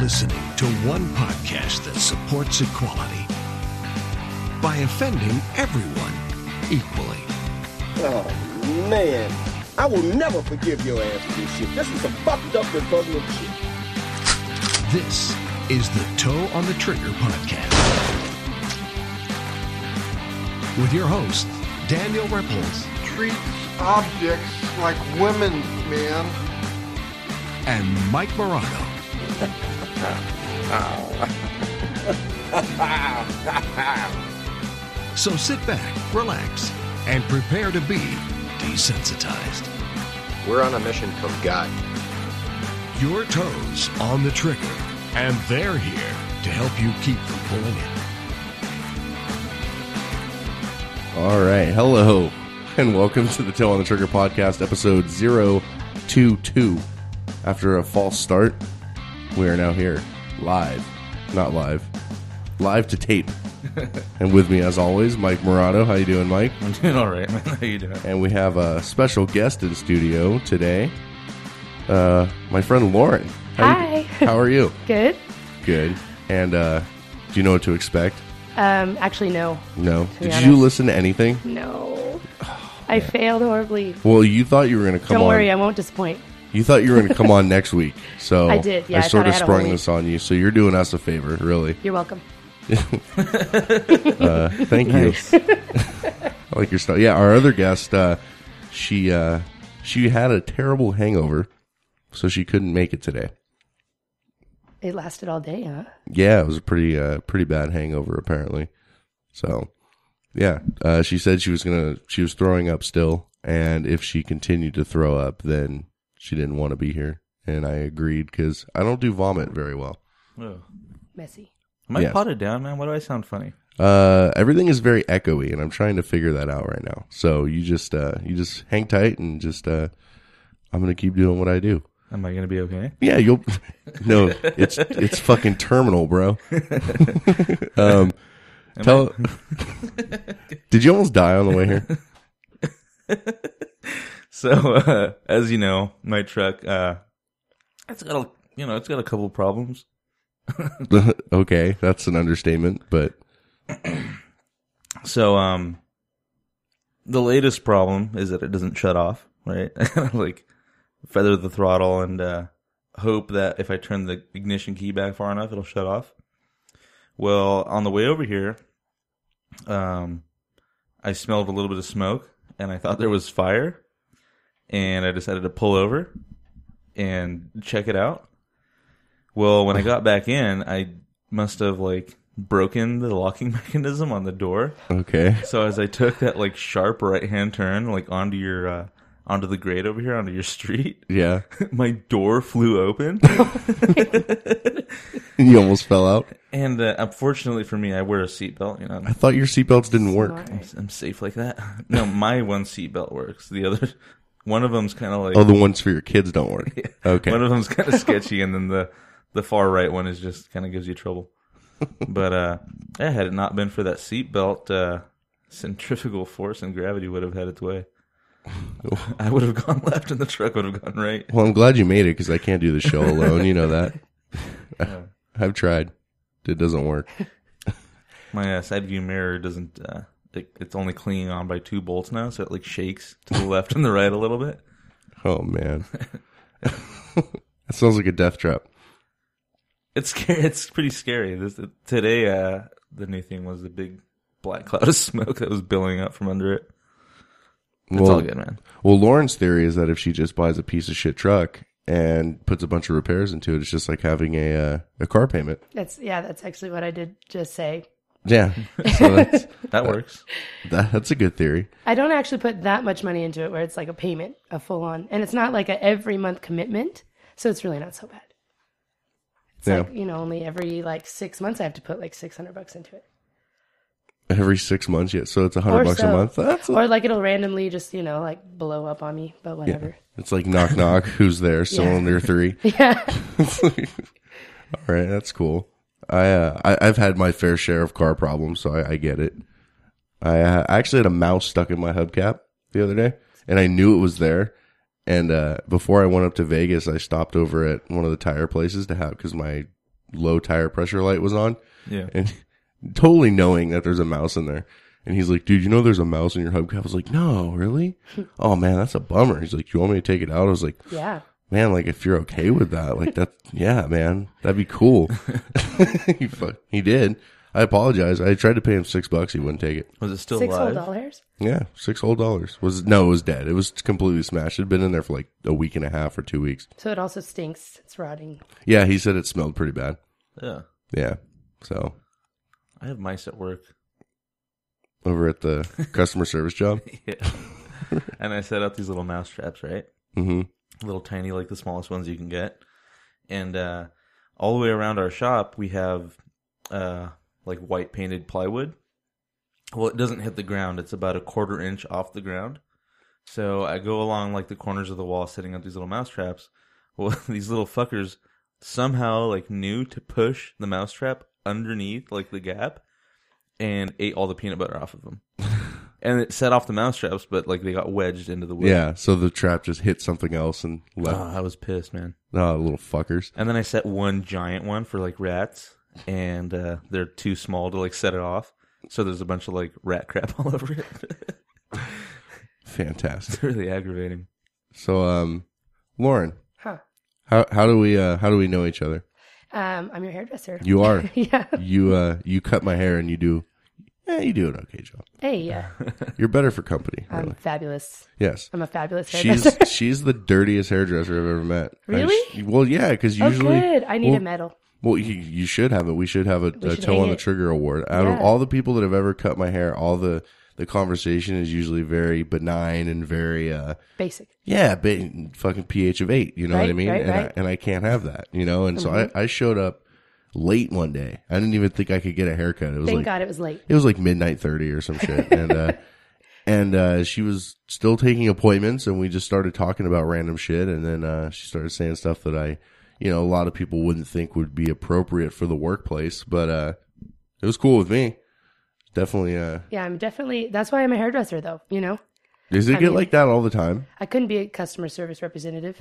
listening to one podcast that supports equality by offending everyone equally. Oh man, I will never forgive your ass for this shit. This is some fucked up Republican shit. This is the Toe on the Trigger podcast with your host, Daniel Ripples treat objects like women, man. and Mike Morano. so sit back, relax, and prepare to be desensitized. We're on a mission from God. Your toes on the trigger, and they're here to help you keep from pulling it. All right. Hello, and welcome to the Tail on the Trigger podcast, episode 022. After a false start, we are now here live. Not live. Live to tape. and with me, as always, Mike Morano. How you doing, Mike? I'm doing all right, man. How you doing? And we have a special guest in studio today, uh, my friend Lauren. How you- Hi. how are you? Good. Good. And uh, do you know what to expect? Um, actually, no, No. To be Did you honest. listen to anything? no. I failed horribly. Well, you thought you were going to come Don't on. worry, I won't disappoint. You thought you were going to come on next week, so I did, yeah, I thought sort I of had a sprung whole this on you. So you're doing us a favor, really. You're welcome. Thank you. I like your stuff. Yeah, our other guest, uh, she uh, she had a terrible hangover, so she couldn't make it today. It lasted all day, huh? Yeah, it was a pretty uh, pretty bad hangover apparently. So yeah, uh, she said she was gonna she was throwing up still, and if she continued to throw up, then she didn't want to be here. And I agreed because I don't do vomit very well. Ugh. Messy. Am I Yes. potted down, man? Why do I sound funny? Uh, everything is very echoey, and I'm trying to figure that out right now. So you just uh, you just hang tight and just uh, I'm gonna keep doing what I do. Am I gonna be okay? Yeah, you'll no, it's it's fucking terminal, bro. um, tell. Did you almost die on the way here? So, uh, as you know, my truck, uh, it's got a, you know, it's got a couple problems. okay, that's an understatement, but So, um, the latest problem is that it doesn't shut off, right? like, feather the throttle and, uh, hope that if I turn the ignition key back far enough, it'll shut off. Well, on the way over here, um, I smelled a little bit of smoke and I thought there was fire and I decided to pull over and check it out. Well, when I got back in, I must have like broken the locking mechanism on the door. okay, So as I took that like sharp right hand turn like onto your uh onto the grade over here onto your street, yeah, my door flew open. you almost fell out. and uh, unfortunately for me, I wear a seatbelt, you know. I thought your seatbelts didn't work. Smart. I'm safe like that. No, my one seatbelt works. The other one of them's kind of like Oh, the ones for your kids don't work. Okay, One of them's kind of sketchy, and then the the far right one is just kind of gives you trouble. But uh, yeah, had it not been for that seatbelt, uh, centrifugal force and gravity would have had its way. I would have gone left, and the truck would have gone right. Well, I'm glad you made it because I can't do the show alone. You know that. I've tried. It doesn't work. My uh, side view mirror doesn't. Uh, it, it's only clinging on by two bolts now, so it like shakes to the left and the right a little bit. Oh man, that sounds like a death trap. It's scary. It's pretty scary. This today, uh, the new thing was the big black cloud of smoke that was billowing up from under it. It's Well, all good, man. Well, Lauren's theory is that if she just buys a piece of shit truck and puts a bunch of repairs into it, it's just like having a uh, a car payment. That's yeah. That's actually what I did just say. Yeah, so that's That works. that, that's a good theory. I don't actually put that much money into it, where it's like a payment, a full on, and it's not like a every month commitment. So it's really not so bad. It's Yeah. like you know, only every like six months I have to put like six hundred bucks into it, Every six months, yeah. So it's a hundred Or bucks a so. month. That's a- or like it'll randomly just you know like blow up on me, but whatever. it's like knock knock. Who's there? Cylinder three. Yeah. All right, that's cool. I, uh, I I've had my fair share of car problems, so I, I get it. I, uh, I actually had a mouse stuck in my hubcap the other day, and I knew it was there. And uh, before I went up to Vegas, I stopped over at one of the tire places to have because my low tire pressure light was on Yeah. and totally knowing that there's a mouse in there. And he's like, dude, you know there's a mouse in your hubcap? I was like, no, really? oh man, that's a bummer. He's like, you want me to take it out? I was like, Yeah. man, like if you're okay with that, like that, yeah, man, that'd be cool. he, fuck, he did. I apologize. I tried to pay him six bucks. He wouldn't take it. Was it still Six whole live? dollars. Yeah, six whole dollars. Was no, it was dead. It was completely smashed. It'd been in there for like a week and a half or two weeks. So it also stinks. It's rotting. Yeah, he said it smelled pretty bad. Yeah. Yeah, so I have mice at work. over at the customer service job. Yeah. and I set up these little mouse traps, right? hmm little tiny, like the smallest ones you can get. And uh, all the way around our shop, we have uh, like white painted plywood. Well, it doesn't hit the ground, it's about a quarter inch off the ground. So I go along like the corners of the wall setting up these little mouse traps. Well, these little fuckers somehow like knew to push the mouse trap underneath like the gap and ate all the peanut butter off of them. and it set off the mouse traps, but like they got wedged into the wood. Yeah, so the trap just hit something else and left. Uh-huh. Oh, I was pissed, man. Oh, little fuckers. And then I set one giant one for like rats, and uh, they're too small to like set it off. So there's a bunch of like rat crap all over it. Fantastic. it's really aggravating. So, um, Lauren, Huh. how how do we uh, how do we know each other? Um, I'm your hairdresser. You are yeah. you uh you cut my hair and you do, yeah, you do an okay job. Hey, yeah. You're better for company, I'm really. fabulous. Yes, I'm a fabulous she's hairdresser. she's the dirtiest hairdresser I've ever met. I Really? sh- well, yeah, because usually, oh, good. I need well, a medal. Well, you, you should have it. We should have a, We a should toe on hang the it. trigger award. Out of Yeah. all the people that have ever cut my hair, all the the conversation is usually very benign and very uh Basic. yeah, but fucking pH of eight. You know what I Right, mean? right, and, I, right. Mm-hmm. and I can't have that. You know, and so I, I showed up late one day. I didn't even think I could get a haircut. It was Thank like God it was late. it was like midnight thirty or some shit, and uh, and uh, she was still taking appointments, and we just started talking about random shit, and then uh, she started saying stuff that I, you know, a lot of people wouldn't think would be appropriate for the workplace, but uh, it was cool with me. Definitely. Uh, Yeah, I'm definitely. That's why I'm a hairdresser, though. You know, does it I get mean- like that all the time? I couldn't be a customer service representative.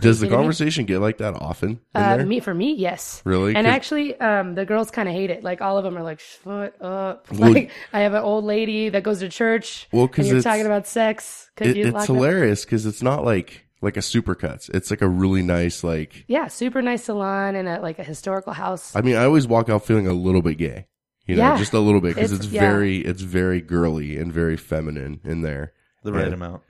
Does the kidding me? conversation get like that often? in Uh, there? me for me, yes. Really? And 'Cause- actually, um, the girls kind of hate it. Like all of them are like, "Shut up!" Well- like I have an old lady that goes to church. Well, 'cause and you're it's- talking about sex. Could It- you it's lock up? hilarious because it's not like like a supercuts. It's like a really nice like. Yeah, super nice salon and a, like a historical house. I mean, I always walk out feeling a little bit gay, you know, Yeah. just a little bit because it's, It's- yeah. very, it's very girly and very feminine in there. The right Yeah. amount.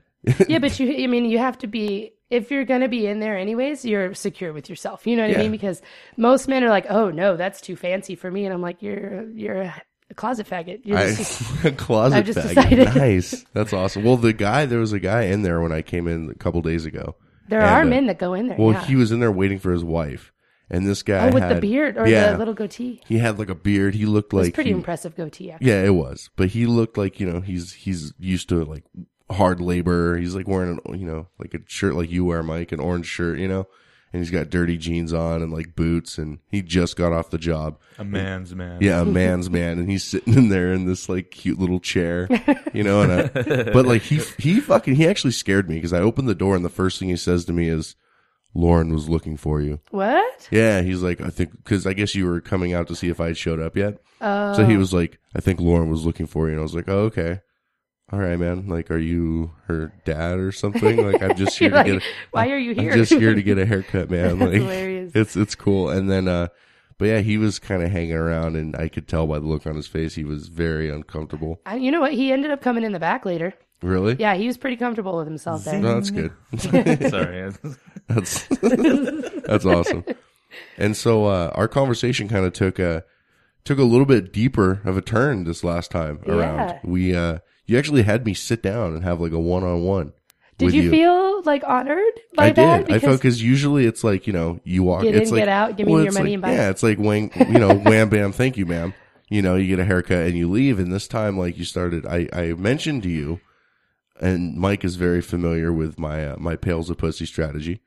yeah, but you, I mean, you have to be, if you're going to be in there anyways, you're secure with yourself. You know what Yeah. I mean? Because most men are like, oh, no, that's too fancy for me. And I'm like, you're, you're a closet faggot. You're I, just, a closet I've just bag. decided. Nice, that's awesome. Well, the guy, there was a guy in there when I came in a couple days ago. there And, are uh, men that go in there. Well, yeah. he was in there waiting for his wife, and this guy oh, with the had- beard or yeah, the little goatee. he had like a beard. He looked It's like pretty he- impressive goatee, actually. Yeah, it was. But he looked like, you know, he's he's used to like hard labor. He's like wearing an, you know, like a shirt like you wear, Mike, an orange shirt, you know. And he's got dirty jeans on and like boots and he just got off the job. A man's man. Yeah, a man's man and he's sitting in there in this like cute little chair, you know, and I, but like he he fucking he actually scared me cuz I opened the door and the first thing he says to me is Lauren was looking for you. What? Yeah, he's like, I think because I guess you were coming out to see if I had showed up yet. So Oh. he was like, I think Lauren was looking for you, and I was like, Oh, okay, all right, man. Like, are you her dad or something? Like, I'm just here You're to like, get. why are you I'm here? just here to get a haircut, man. That's like, hilarious. it's it's cool. And then, uh, but yeah, he was kind of hanging around, and I could tell by the look on his face, he was very uncomfortable. I, you know what? He ended up coming in the back later. Really? Yeah, he was pretty comfortable with himself there. No, that's good. Sorry. That's that's awesome. And so uh, our conversation kind of took a took a little bit deeper of a turn this last time around. Yeah. We uh, you actually had me sit down and have like a one on one. Did you, feel like honored by I that? did. I felt because usually it's like you know you walk. Get it's in, like, get out, give me your it's money like- and bye. Yeah, it's like wang, you know, wham bam, thank you, ma'am. You know, you get a haircut and you leave. And this time, like you started, I I mentioned to you, and Mike is very familiar with my uh, my pails of pussy strategy.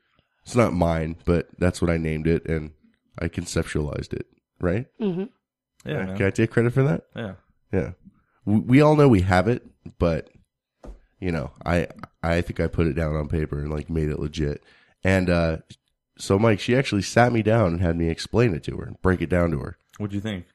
It's not mine, but that's what I named it, and I conceptualized it. Right? Yeah, man. Can I take credit for that? Yeah. Yeah. We, we all know we have it, but you know, I I think I put it down on paper and like made it legit. And uh So, Mike, she actually sat me down and had me explain it to her and break it down to her. What'd you think?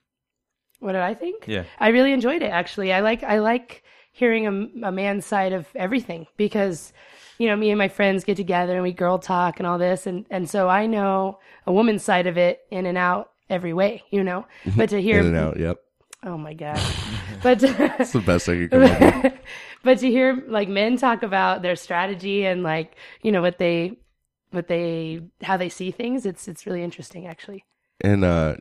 What did I think? Yeah. I really enjoyed it actually. I like I like hearing a, a man's side of everything because you know me and my friends get together and we girl talk and all this and and so I know a woman's side of it in and out every way, you know. But to hear In and out. Yep. oh my god. but It's the best I could come up with. but to hear like men talk about their strategy and like you know what they what they how they see things it's it's really interesting actually and uh,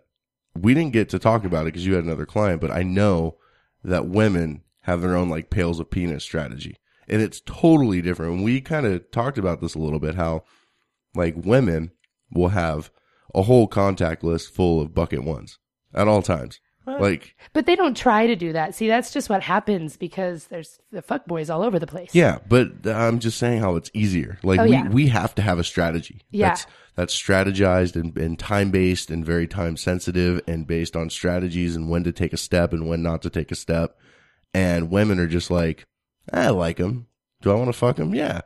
we didn't get to talk about it because you had another client. But I know that women have their own like pails of penis strategy, and it's totally different. And we kind of talked about this a little bit how like women will have a whole contact list full of bucket ones at all times. Like but they don't try to do that see that's just what happens because there's the fuck boys all over the place Yeah, but I'm just saying how it's easier. Like Oh, we, yeah. we have to have a strategy. Yeah. That's that's strategized and, and time based and very time sensitive and based on strategies and when to take a step and when not to take a step. And women are just like, I like him. Do I want to fuck him? Yeah.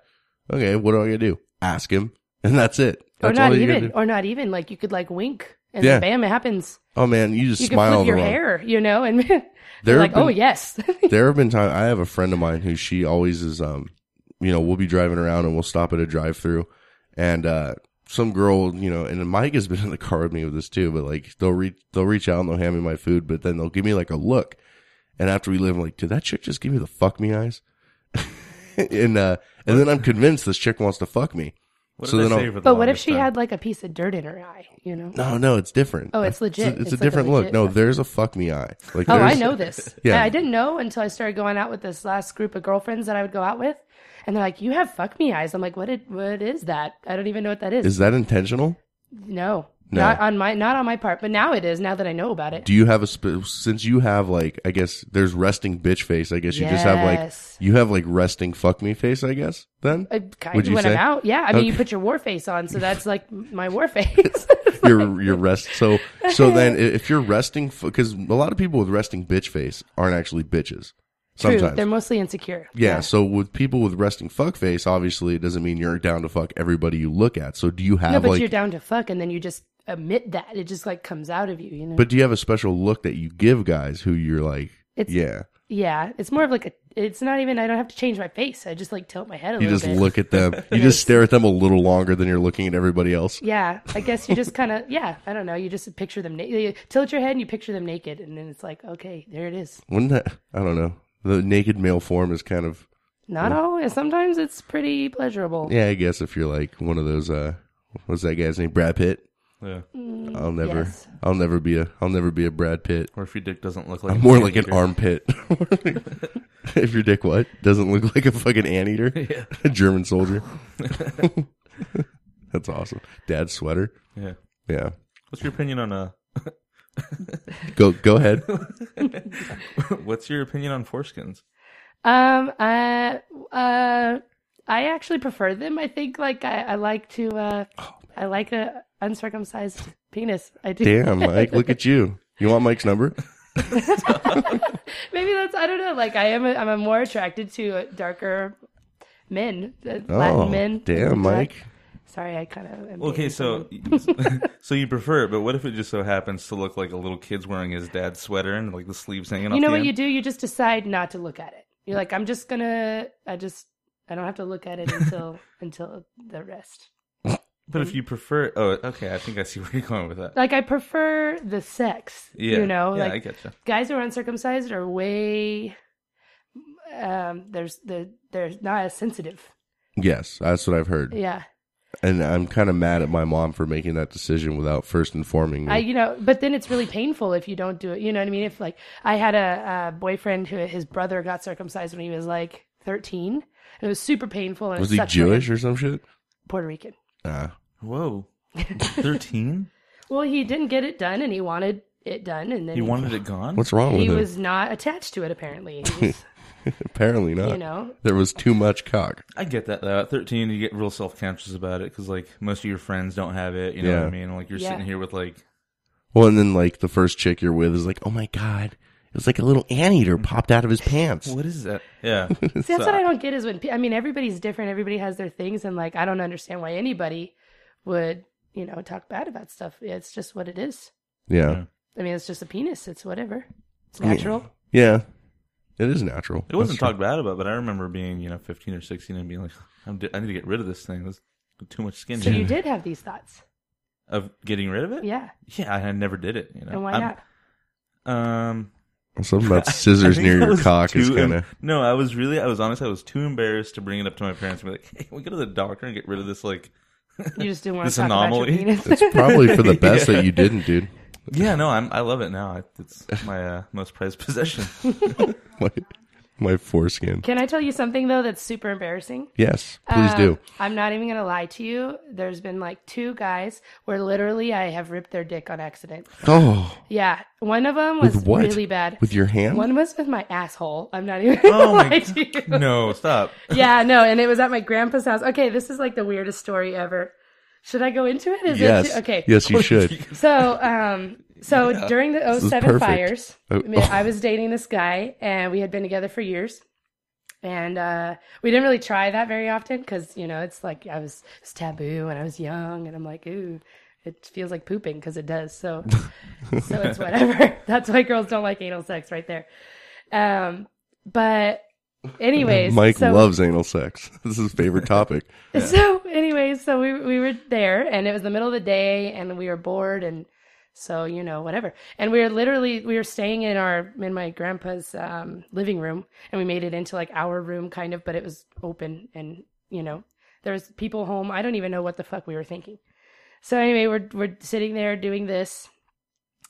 Okay, what do I gotta do? Ask him. And that's it. or That's not all you gotta even do. or not even like you could like wink and Yeah. then bam it happens Oh man, you just you smile can flip your the wrong- hair you know and There they're have like been- oh yes there have been times I have a friend of mine who she always is um you know, we'll be driving around and we'll stop at a drive through and uh some girl, you know, and Mike has been in the car with me with this too, but like they'll reach they'll reach out and they'll hand me my food, but then they'll give me like a look. And after we leave, I'm like, did that chick just give me the fuck me eyes? and uh and then I'm convinced this chick wants to fuck me. What So did I then say I'll- for the but what if longest she time? had like a piece of dirt in her eye you know No, no, it's different. Oh, it's legit. It's a, it's a It's like a different look. legit No, fuck. there's a fuck me eye. Like, Oh, I there's- know this. Yeah. I didn't know until I started going out with this last group of girlfriends that I would go out with, and they're like, "You have fuck me eyes." I'm like, "What? Did, what is that? I don't even know what that is." Is that intentional? no, No. not on my not on my part. But now it is. Now that I know about it, Do you have a sp- since you have like I guess there's resting bitch face. I guess you just have like Yes. you have like resting fuck me face. I guess then I, kind Would of you when say? I'm out, yeah. I mean, you Okay. put your war face on, so that's like my war face. your your rest. So so then i- if you're resting because a lot of people with resting bitch face aren't actually bitches. True, Sometimes they're mostly insecure. yeah, So with people with resting fuck face, obviously it doesn't mean you're down to fuck everybody you look at. So do you have no, but like you're down to fuck, and then you just admit that it just like comes out of you. You know, but do you have a special look that you give guys who you're like It's- yeah yeah, it's more of like a. It's not even. I don't have to change my face. I just like tilt my head a you little just bit. look at them you just stare at them a little longer than you're looking at everybody else. Yeah, I guess you just kind of yeah. I don't know. You just picture them. Na- you tilt your head and you picture them naked, and then it's like, okay, there it is. Wouldn't that? I don't know. The naked male form is kind of Not all. Sometimes it's pretty pleasurable. yeah. I guess if you're like one of those, uh, what's that guy's name? Brad Pitt. Yeah. I'll never, yes. I'll never be a, I'll never be a Brad Pitt. Or if your dick doesn't look like I'm a more fucking like an eater. armpit. if your dick what doesn't look like a fucking anteater, Yeah. a German soldier. That's awesome. Dad's sweater. Yeah. Yeah. What's your opinion on uh Go go ahead. what's your opinion on foreskins? Um. Uh. Uh. I actually prefer them. I think like I, I like to. uh Oh, I like a uncircumcised penis. I do. Damn, Mike, look at you. You want Mike's number? Maybe that's I don't know. Like I am. A, I'm a more attracted to darker men, uh, Latin men. Oh, damn, Black- Mike. Sorry, I kind of. Okay, so so you prefer it, but what if it just so happens to look like a little kid's wearing his dad's sweater and like the sleeves hanging off you know the what end? you do you just decide not to look at it you're like i'm just gonna i just i don't have to look at it until until the rest But Mm-hmm. if you prefer oh okay, I think I see where you're going with that. like i prefer the sex Yeah. you know yeah, like I getcha. guys who are uncircumcised are way um there's the they're not as sensitive Yes, that's what I've heard. yeah And I'm kind of mad at my mom for making that decision without first informing me. I, you know, but then it's really painful if you don't do it. You know what I mean? If like I had a, a boyfriend who his brother got circumcised when he was like 13, and it was super painful. And it was he sucked for him. Jewish or some shit? Puerto Rican. Ah, Whoa. Thirteen? Well, he didn't get it done, and he wanted it done, and then You wanted it gone? what's wrong with he him? was not attached to it. Apparently, He was, Apparently not. you know, There was too much cock. I get that though. At 13, you get real self conscious about it because like most of your friends don't have it. You know what Yeah. I mean? Like you're Yeah. sitting here with like, Well, and then like the first chick you're with is like, oh my god, it was like a little anteater popped out of his pants. what is that? Yeah, see, that's what I don't get is when pe- I mean everybody's different, everybody has their things, and like I don't understand why anybody would you know, talk bad about stuff. It's just what it is. Yeah. I mean, it's just a penis. It's whatever. It's natural. Yeah. It is natural. It wasn't talked bad about, but I remember being, you know, 15 or 16 and being like, I'm di- I need to get rid of this thing. There's too much skin So here. you did have these thoughts. Of getting rid of it? Yeah. Yeah, I, I never did it. You know? And why I'm- not? Um, Something about I scissors think near I your was cock is too- kind of. No, I was really, I was honest. I was too embarrassed to bring it up to my parents and be like, hey, we go to the doctor and get rid of this, like, You just didn't want This to talk anomaly. about your penis. It's probably for the best that you didn't, dude. yeah, no, I'm, I love it now. It's my uh, most prized possession. My, my foreskin. Can I tell you something though that's super embarrassing? Yes, please Uh, do. I'm not even gonna lie to you. There's been like two guys where literally I have ripped their dick on accident. Oh, Yeah, one of them was with what? really bad. With your hand? one was with my asshole. I'm not even gonna Oh my lie to you. No, stop. Yeah, no, and it was at my grandpa's house. Okay, this is like the weirdest story ever. Should I go into it? Is yes. It too- okay. Yes, you should. So, um, so during the is 07 perfect. fires, I, Oh. mean, I was dating this guy and we had been together for years. And uh, we didn't really try that very often because, you know, it's like I was it's taboo and I was young and I'm like, ooh, it feels like pooping because it does. So, so it's whatever. That's why girls don't like anal sex right there. Um, but, anyways, Mike so, loves anal sex. This is his favorite topic. so anyways, so we we were there and it was the middle of the day and we were bored and so you know whatever. And we were literally we were staying in our in my grandpa's um, living room and we made it into like our room kind of, but it was open and you know there was people home. I don't even know what the fuck we were thinking. So anyway, we're we're sitting there doing this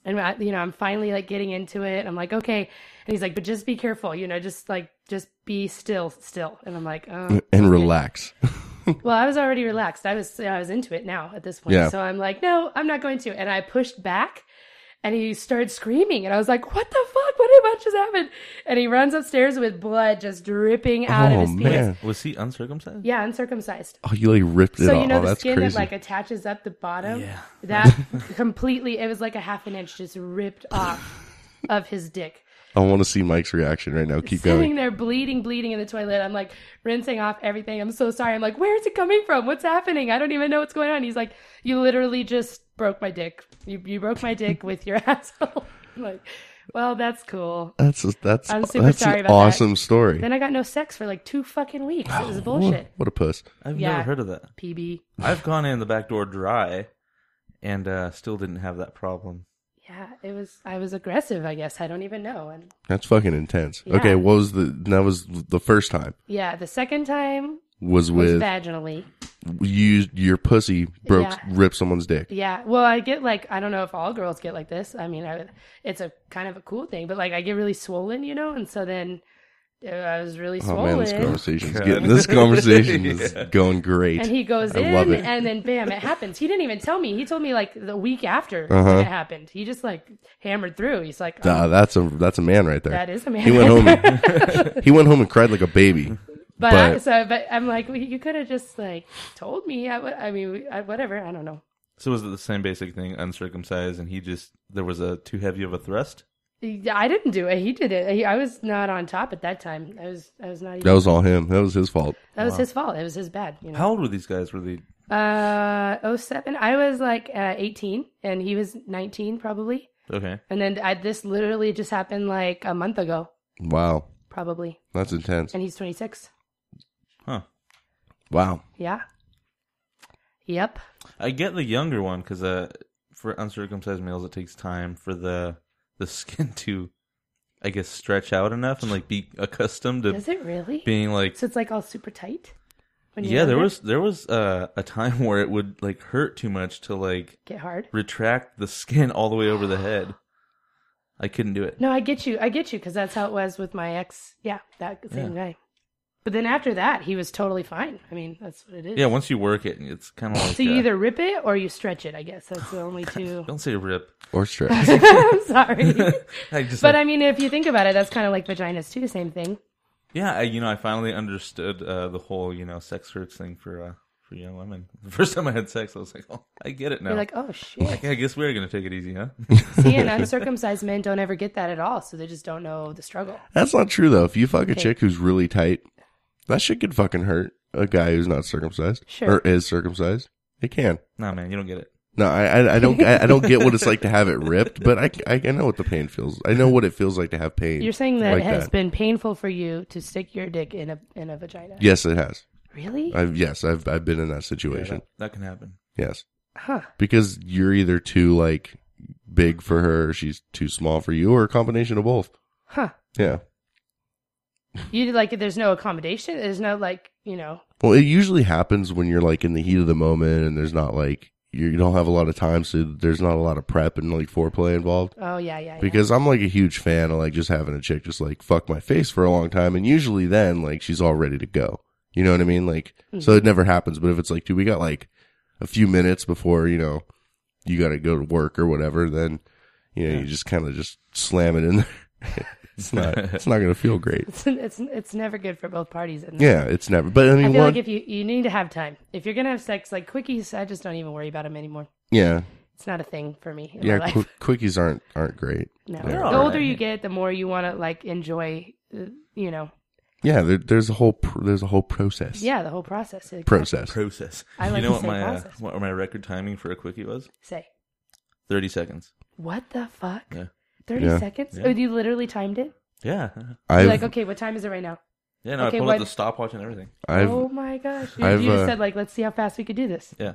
and I- you know i'm finally like getting into it i'm like okay and he's like but just be careful you know just like just be still still and i'm like um, And relax. well, I was already relaxed. I was I was into it now at this point. Yeah. So I'm like, no, I'm not going to. And I pushed back and he started screaming and I was like, What the fuck? What did what just happened? And he runs upstairs with blood just dripping out Oh, of his penis. man. Was he uncircumcised? Yeah, uncircumcised. Oh, you like ripped it So off. you know oh, the that's skin crazy. that like attaches up the bottom? Yeah. That completely it was like a half an inch just ripped off of his dick. I want to see Mike's reaction right now. Keep sitting going. there bleeding, bleeding in the toilet. I'm like rinsing off everything. I'm so sorry. I'm like, where's it coming from? What's happening? I don't even know what's going on. He's like, you literally just broke my dick. You you broke my dick with your asshole. I'm like, well, that's cool. That's that's I'm super that's sorry an about that. awesome story. Then I got no sex for like two fucking weeks. It was bullshit. What a puss. I've Yeah. never heard of that. PB. I've gone in the back door dry and uh, still didn't have that problem. Yeah, it was. I was aggressive. I guess I don't even know. And That's fucking intense. Yeah. Okay, what was the that was the first time yeah, the second time was was with vaginally. you your pussy broke Yeah. ripped someone's dick. Yeah. Well, I get like I don't know if all girls get like this. I mean, I, it's a kind of a cool thing, but like I get really swollen, you know, and so then uh, I was really Oh swollen. man, this conversation's getting this conversation is going great. and he goes I in, love it. and then bam, it happens. He didn't even tell me. He told me like the week after Uh-huh. when it happened. He just like hammered through. He's like, oh, Ah, that's a that's a man right there. that is a man. he went home. And, he went home and cried like a baby. but, I- but- so, but I'm like, well, you could have just like told me. I, would- I mean, I, whatever. I don't know. So was it the same basic thing, uncircumcised, and he just there was a too heavy of a thrust? I didn't do it. He did it. He, I was not on top at that time. I was. I was not. Even, That was all him. That was his fault. that was his fault. It was his bad. You know. How old were these guys? Were they? Uh, 07. I was like uh, 18 and he was 19 probably. Okay, And then I, this literally just happened like a month ago, Wow, probably. that's intense. And he's 26. huh? Wow, Yeah. Yep. I get the younger one because uh, for uncircumcised males, it takes time for the the skin to, I guess, stretch out enough and like be accustomed to Is it really? being like. So it's like all super tight? When you're Yeah, there younger? was there was uh, a time where it would like hurt too much to like Get hard. retract the skin all the way over the head. I couldn't do it. No, I get you. I get you because that's how it was with my ex. Yeah, that same Yeah. guy. But then after that, he was totally fine. I mean, that's what it is. Yeah, once you work it, it's kind of like so you uh, either rip it or you stretch it, I guess. That's the only two. don't say rip. or stretch. I'm sorry. I just But like- I mean, if you think about it, that's kind of like vaginas too. Same thing. yeah, I, you know, I finally understood uh, the whole you know sex hurts thing for uh, for young women. The first time I had sex, I was like, oh, I get it now. You're like, oh shit. I guess we're gonna take it easy, huh? See, and uncircumcised men don't ever get that at all, so they just don't know the struggle. That's not true though. If you fuck a Okay. chick who's really tight, that shit could fucking hurt a guy who's not circumcised Sure. or is circumcised. It can. Nah, man, you don't get it. No, I, I, I don't, I, I don't get what it's like to have it ripped, but I, I, I know what the pain feels. I know what it feels like to have pain. You're saying that like it has been painful for you to stick your dick in a in a vagina. Yes, it has. Really? I've, yes, I've, I've been in that Yeah, situation. that, that can happen. Yes. Huh. Because you're either too like big for her, she's too small for you, or a combination of both. Huh. Yeah. You did like there's no accommodation. There's no like you know. Well, it usually happens when you're like in the heat of the moment and there's not like you don't have a lot of time, so there's not a lot of prep and like foreplay involved. Oh yeah yeah. yeah. Because I'm like a huge fan of like just having a chick just like fuck my face for a long time, and usually then like she's all ready to go. You know what I mean? Like, so Hmm. it never happens. But if it's like, dude, we got like a few minutes before you know you got to go to work or whatever, then you know you just kind of just slam it in there. it's not. It's not gonna feel great. it's, it's it's never good for both parties. And Yeah, it's never. But I mean, I feel one, like if you you need to have time. If you're gonna have sex, like quickies, I just don't even worry about them anymore. yeah, It's not a thing for me in my yeah. life. Quick, quickies aren't aren't great. no. They're The all older right. you get, the more you want to like enjoy. uh, You know. Yeah, there, there's a whole pr- there's a whole process. Yeah, the whole process. Like, process. Process. I you like to know what say my uh, process. what my record timing for a quickie was? Say Thirty seconds. what the fuck? Yeah. Thirty Yeah. seconds? Yeah. Oh, you literally timed it. Yeah. I've You're like, okay, what time is it right now? Yeah. No, Okay, I pulled what- out the stopwatch and everything. I've oh my gosh! You, I've, you just uh, said like, let's see how fast we could do this. Yeah.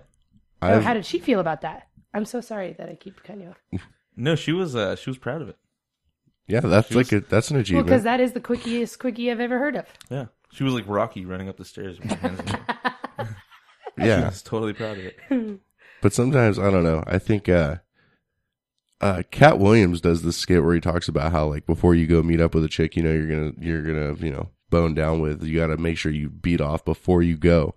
Oh, I've how did she feel about that? I'm so sorry that I keep cutting you off. No, she was uh, she was proud of it. yeah, that's like a, that's an Well, achievement. because that is the quickiest quickie I've ever heard of. Yeah. She was like Rocky running up the stairs. With her hands in the air. I yeah, was totally proud of it. But sometimes I don't know. I think uh uh Cat Williams does this skit where he talks about how like before you go meet up with a chick, you know, you're gonna you're gonna, you know, bone down with, you gotta make sure you beat off before you go.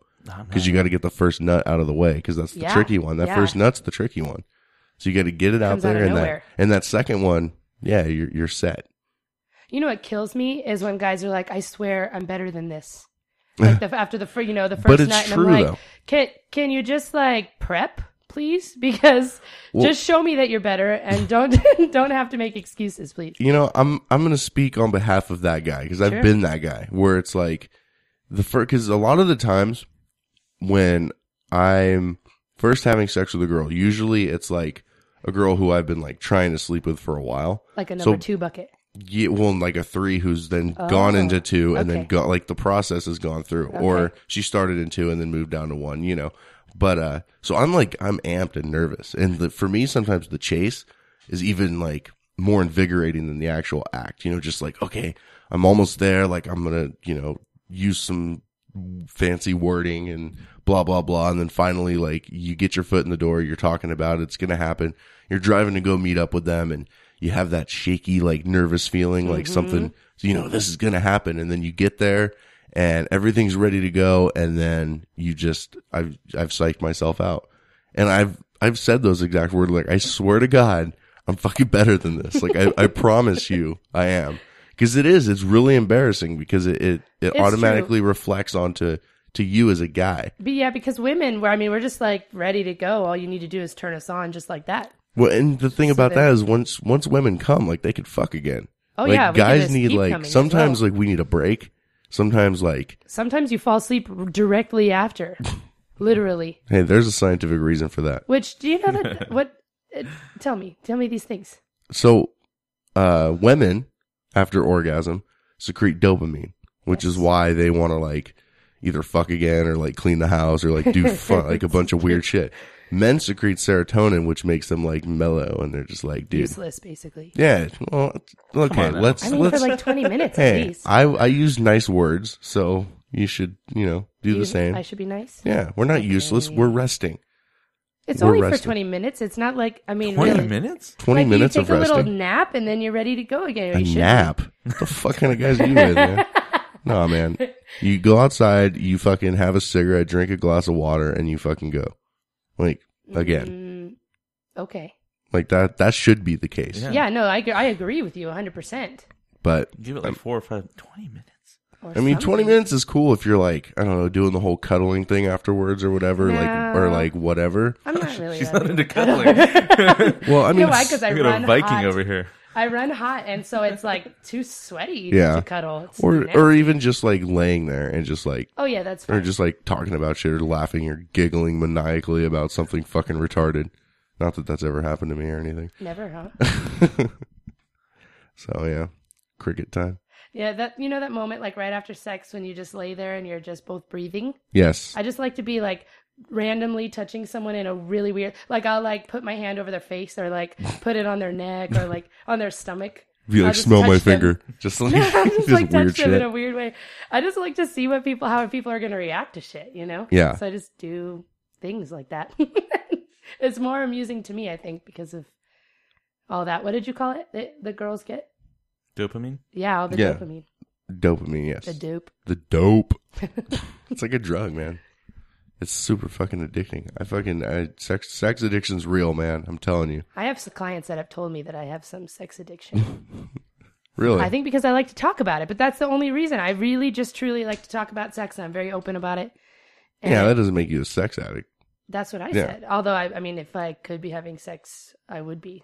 Because you gotta get the first nut out of the way, because that's the Yeah, tricky one. That yeah. first nut's the tricky one. So you gotta get it out Comes out there of and that nowhere. and that second one, yeah, you're you're set. You know what kills me is when guys are like, "I swear I'm better than this." Like the, after the fir- you know the first But it's night, and true, I'm like, though. "Can can you just like prep, please? Because just show me that you're better, and don't don't have to make excuses, please." you know, I'm I'm gonna speak on behalf of that guy because I've been that guy where it's like the first because a lot of the times when I'm first having sex with a girl, usually it's like a girl who I've been like trying to sleep with for a while. Like a So- number two bucket. Yeah, well, like a three who's then gone into two and then okay. go like the process has gone through, or she started in two and then moved down to one, you know. But uh, so I'm like I'm amped and nervous, and the, for me sometimes the chase is even like more invigorating than the actual act, you know. Just like okay, I'm almost there, like I'm gonna you know use some fancy wording and blah blah blah and then finally like you get your foot in the door you're talking about it, it's gonna happen you're driving to go meet up with them and you have that shaky like nervous feeling like something you know this is gonna happen and then you get there and everything's ready to go and then you just i've i've psyched myself out and i've i've said those exact words like i swear to god i'm fucking better than this like i, I promise you i am because it is it's really embarrassing because it it, it true. automatically reflects onto to you as a guy. But yeah, because women, where I mean, we're just like ready to go. All you need to do is turn us on, just like that. Well, and the thing about then- that is once once women come, like they could fuck again. Oh, like, yeah, we could guys just need keep like coming as sometimes well. like we need a break. Sometimes like Sometimes you fall asleep directly after, literally. hey, there's a scientific reason for that. Which do you know that what? Uh, tell me, tell me these things. So, uh, women after orgasm secrete dopamine, which is why they want to like either fuck again or like clean the house or like do fun, like a bunch of weird shit. Men secrete serotonin, which makes them like mellow, and they're just like, dude, Useless, basically. Yeah. Well, okay. on now. Let's I mean, let's. for like 20 minutes, hey, please. I I use nice words, so you should you know do the same. I should be nice. yeah, we're not useless. We're resting. It's We're only for resting. 20 minutes. It's not like, I mean, Twenty really. minutes? Twenty Like, minutes you of take a little resting. nap and then you're ready to go again. or A you shouldn't. nap. What the fuck kind of guys are you with, man? No, man. You go outside. You fucking have a cigarette, drink a glass of water, and you fucking go. Like again, Mm. Okay. like that. That should be the case. Yeah. Yeah, no, I, I agree with you 100%. But Give it like four or five. Twenty minutes. Or I mean, twenty something. minutes is cool if you're like I don't know, doing the whole cuddling thing afterwards or whatever, like or No. like whatever. I'm not really. She's that not into cuddling. Well, I mean, no, Oh, I because I We got run a Viking hot. over here. I run hot, and so it's like too sweaty Yeah. to cuddle. It's Or, nasty. or even just like laying there and just like, oh yeah, that's or fine. just like talking about shit or laughing or giggling maniacally about something fucking retarded. Not that that's ever happened to me or anything. never, huh? So yeah, cricket time. Yeah, that you know that moment like right after sex when you just lay there and you're just both breathing. Yes. I just like to be like randomly touching someone in a really weird like I'll like put my hand over their face or like put it on their neck or like on their stomach. Be I'll like, just smell my touch them." finger. Just like, I just, just like touch weird them in shit. a weird way. I just like to see what people how people are gonna react to shit, you know? Yeah. So I just do things like that. it's more amusing to me, I think, because of all that. What did you call it? The, the girls get? Dopamine? Yeah, all the Yeah. dopamine. Dopamine, yes. The dope. The dope. it's like a drug, man. It's super fucking addicting. I fucking I, sex sex addiction's real, man. I'm telling you, I have some clients that have told me that I have some sex addiction. really. I think because I like to talk about it, but that's the only reason. I really just truly like to talk about sex. And I'm very open about it. And yeah, that doesn't make you a sex addict. that's what I yeah. said. Although I, I mean, if I could be having sex, I would be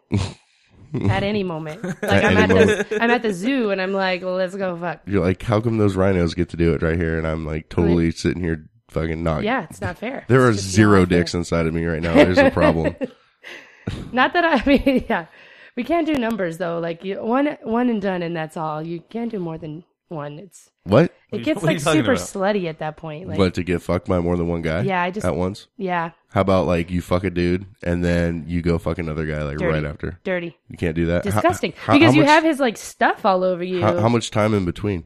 at any moment. Like I'm any at moment. the I'm at the zoo and I'm like, well, let's go fuck. You're like, how come those rhinos get to do it right here, and I'm like totally sitting here fucking not. Yeah, it's not fair. There are It's just zero not fair. dicks inside of me right now. There's a problem. Not that I, I mean, yeah, we can't do numbers though. Like you, one one and done, and that's all. You can't do more than one. It's what? it you- gets what are you like talking super about? slutty at that point. Like, but to get fucked by more than one guy? Yeah, I just- at once. yeah, How about like you fuck a dude and then you go fuck another guy like Dirty. right after? dirty. You can't do that. How- disgusting how- because how you much- have his like stuff all over you. How, how much time in between?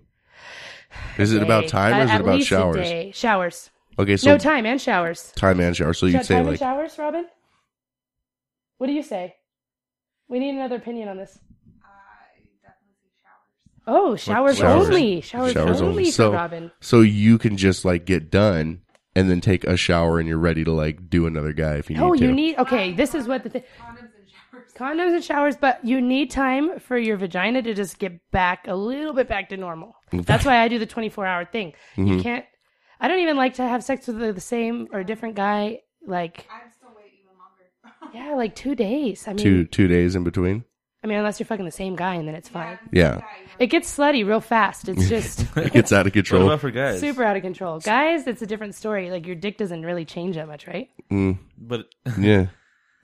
Is it about Day. time or At- is at it about least a showers? day. Showers. Okay, so no time and showers. time and shower. So Show- you'd say time and like showers, Robin. What do you say? We need another opinion on this. Oh, showers, showers? only. Showers, only, for So Robin. so you can just like get done and then take a shower and you're ready to like do another guy if you need Oh, to. you need okay. This is what the thing. Condoms and showers, but you need time for your vagina to just get back a little bit back to normal. That's why I do the 24 hour thing. Mm-hmm. You can't, I don't even like to have sex with the, the same or different guy. Like, I'd still wait even longer. yeah, like two days. I mean, two two days in between. I mean, unless you're fucking the same guy and then it's fine. Yeah, It gets slutty real fast. It's just it gets out of What control. about for guys? super out of control. Guys, it's a different story. Like, your dick doesn't really change that much, right? But yeah, yeah,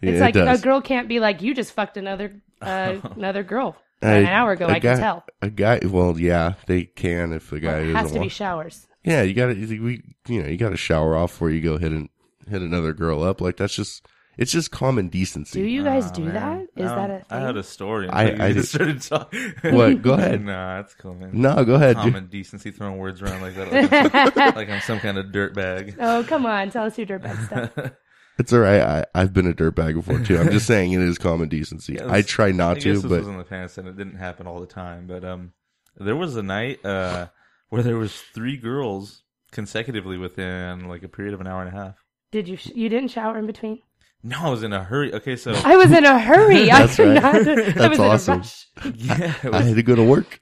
It's it like does. a girl can't be like, you just fucked another uh, another girl A- an hour ago. a I can guy- tell. a guy. Well, yeah, they can if the guy It doesn't has to be want- showers. Yeah, you got to we you know you got to shower off before you go hit an, hit another girl up. Like that's just it's just common decency. Do you guys do that? Is I that don't- a thing? Um, I had a story. I- I, I just started talking. What? Go ahead. Nah, that's cool, man. No, go ahead. dude. Common decency throwing words around like that. Like I'm some, like I'm some kind of dirtbag. oh, come on. Tell us your dirtbag stuff. It's all right. I, I've been a dirtbag before too. I'm just saying it is common decency. Yeah, I this- try I not guess to, this but was in the past and it didn't happen all the time. But um, there was a night uh, where there was three girls consecutively within like a period of an hour and a half. Did you? Sh- you didn't shower in between? No, I was in a hurry. Okay, so I was in a hurry. I That's could right. not. I That's was awesome. in a rush. yeah, it I was, had to go to work.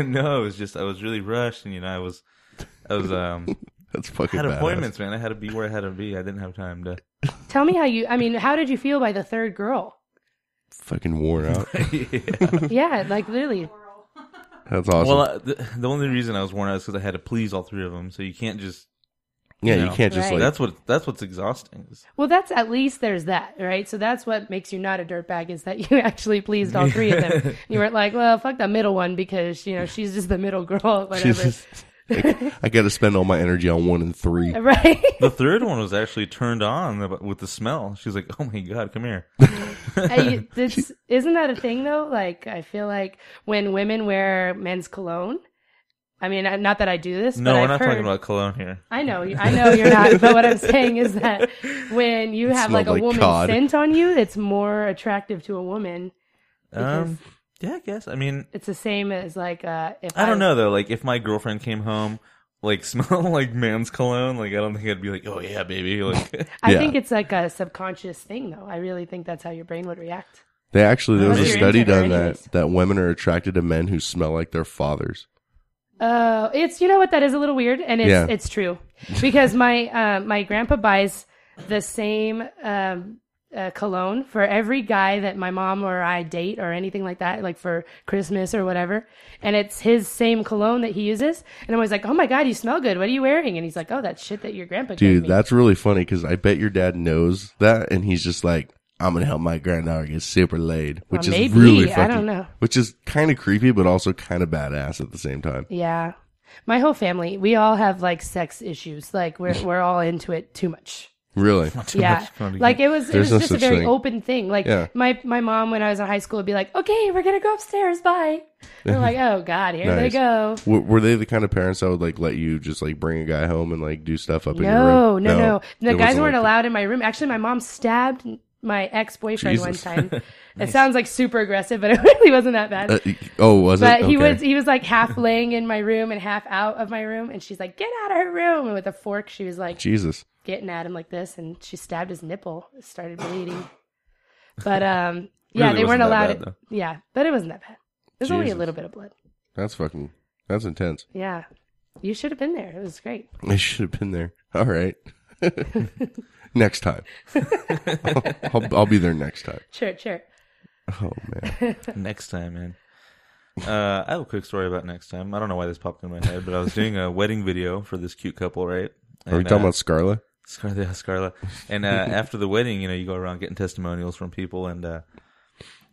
no, it was just I was really rushed, and you know, I was, I was um, That's fucking. had badass. appointments, man. I had to be where I had to be. I didn't have time to. Tell me how you. I mean, how did you feel by the third girl? Fucking wore out. Yeah, like literally. That's awesome. Well, uh, the, the only reason I was worn out is because I had to please all three of them. So you can't just. yeah, you you know, can't just Right. like. that's what. That's what's exhausting. is- Well, that's at least there's that, right? So that's what makes you not a dirtbag is that you actually pleased all three of them. You weren't like, well, fuck the middle one because you know she's just the middle girl, whatever. Jesus. I got to spend all my energy on one and three. Right? The third one was actually turned on ab- with the smell. She was like, "Oh my god, come here." I, this, isn't that a thing though? Like, I feel like when women wear men's cologne, I mean, I- not that I do this, No, but we're I've not heard, talking about cologne here. I know, I know you're not. but what I'm saying is that when you have like a smelled like woman cod. scent on you, it's more attractive to a woman. Because Um, yeah, I guess. I mean, it's the same as like uh, if I don't was- know though. Like, if my girlfriend came home, like smelling like man's cologne, like I don't think I'd be like, "Oh yeah, baby." Like, I Yeah. think it's like a subconscious thing, though. I really think that's how your brain would react. They actually there was a Unless you're study into her done that anyways. that women are attracted to men who smell like their fathers. Uh, it's you know what that is a little weird, and it's Yeah. it's true because my uh, my grandpa buys the same um, uh, cologne for every guy that my mom or I date or anything like that, like for Christmas or whatever. And it's his same cologne that he uses. And I'm always like, oh my God, you smell good. What are you wearing? And he's like, oh, that shit that your grandpa gave Dude, me. that's really funny because I bet your dad knows that, and he's just like, "I'm gonna help my granddaughter get super laid," which is maybe. really I fucking, don't know. which is kind of creepy, but also kind of badass at the same time. yeah. My whole family, we all have like sex issues. Like we're, we're all into it too much. Really, Too yeah. much fun to Like get- it was, it There's was no just a such very thing. open thing. Like Yeah. my, my mom, when I was in high school, would be like, okay, we're going to go upstairs. Bye. And I'm like, oh God, here they Nice. go. w- were they the kind of parents that would like let you just like bring a guy home and like do stuff up in your No, room? no, no. it The wasn't guys weren't like that. allowed in my room. Actually, my mom stabbed my ex boyfriend one Jesus. time. It sounds like super aggressive, but it really wasn't that bad. Uh, y- oh, was but it? he Okay. was he was like half laying in my room and half out of my room, and she's like, "Get out of her room!" And with a fork, she was like Jesus. getting at him like this, and she stabbed his nipple. It started bleeding. But um, yeah, Really they wasn't weren't that allowed. bad, it- though. yeah, but it wasn't that bad. There's only a Jesus. little bit of blood. That's fucking. That's intense. Yeah, you should have been there. It was great. I should have been there. All right. next time. I'll, I'll be there next time. Sure, sure. Oh man. next time, man. Uh, I have a quick story about next time. I don't know why this popped in my head, but I was doing a wedding video for this cute couple, right? Are we And, talking uh, about Scarlet? Scarlet, yeah, Scarlet. And uh, after the wedding, you know, you go around getting testimonials from people, and uh,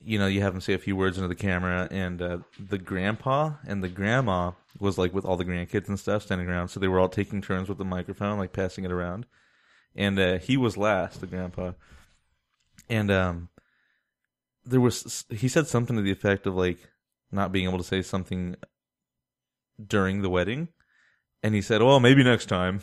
you know, you have them say a few words into the camera. And uh, the grandpa and the grandma was like with all the grandkids and stuff standing around, so they were all taking turns with the microphone, like passing it around. And uh, he was last, the grandpa, and um, there was he said something to the effect of like not being able to say something during the wedding. And he said, "Well, maybe next time."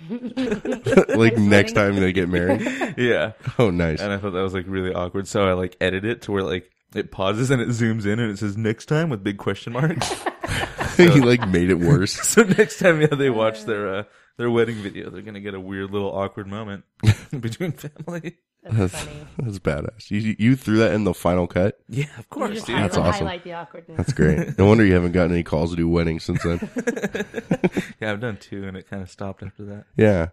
like next time they get married. yeah. Oh, nice. And I thought that was like really awkward. So I like edit it to where like it pauses and it zooms in and it says next time with big question marks. he like made it worse. so next time yeah, they watch their uh, their wedding video, they're gonna get a weird little awkward moment between family. That's funny. That's badass. You you threw that in the final cut. Yeah, of You course, just dude. highlight, That's awesome. highlight the awkwardness. That's great. No wonder you haven't gotten any calls to do weddings since then. Yeah, I've done two and it kind of stopped after that. Yeah.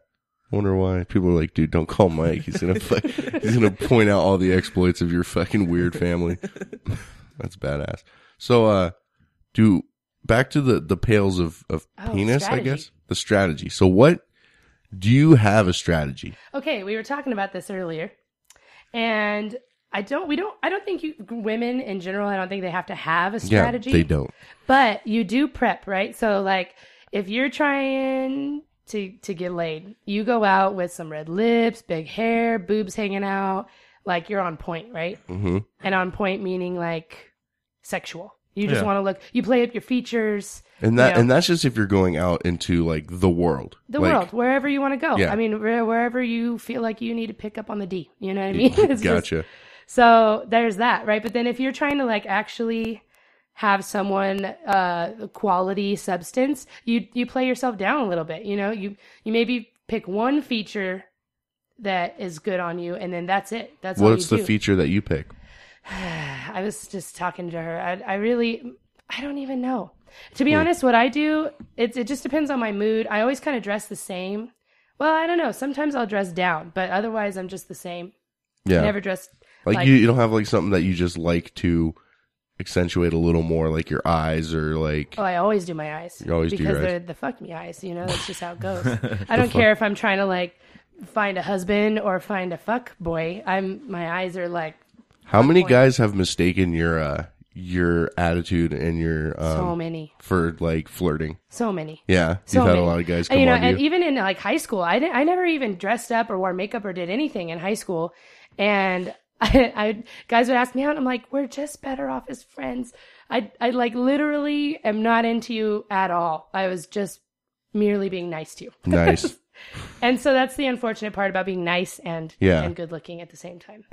Wonder why people are like, dude, don't call Mike. He's gonna fuck, he's gonna point out all the exploits of your fucking weird family. That's badass. So, uh, do back to the the pails of of Oh, penis, strategy. I guess the strategy. So, what do you have a strategy? okay we were talking about this earlier and i don't we don't i don't think you women in general i don't think they have to have a strategy Yeah, they don't. but you do prep right so like if you're trying to to get laid you go out with some red lips big hair boobs hanging out like you're on point right hmm and on point meaning like sexual you just Yeah. want to look you play up your features And that Yeah. and that's just if you're going out into like the world, the Like, world wherever you want to go Yeah. i mean where- wherever you feel like you need to pick up on the d you know what i mean It's just- Gotcha. So there's that, right? But then if you're trying to like actually have someone uh quality substance, you you play yourself down a little bit, you know? You you maybe pick one feature that is good on you and then that's it. That's all What's you the do. feature that you pick? I was just talking to her. I, I really, I don't even know. To Hmm. be honest, what I do, it's it just depends on my mood. I always kind of dress the same. Well, I don't know. Sometimes I'll dress down, but otherwise I'm just the same. Yeah, Never dress like, like- you, you don't have like something that you just like to accentuate a little more, like your eyes or like Oh, I always do my eyes. You always do because your eyes. they're the fuck me eyes. You know, that's just how it goes. I don't care if I'm trying to like find a husband or find a fuck boy. I'm my eyes are like How many point. guys have mistaken your uh, your attitude and your um, so many, for like flirting? so many. Yeah, So you've had many. a lot of guys And, come you know, on and you. even in like high school, I didn't, I never even dressed up or wore makeup or did anything in high school, and I, I guys would ask me out, and I'm like, we're just better off as friends. I I like literally am not into you at all. I was just merely being nice to you. nice. And so that's the unfortunate part about being nice and Yeah. and good looking at the same time.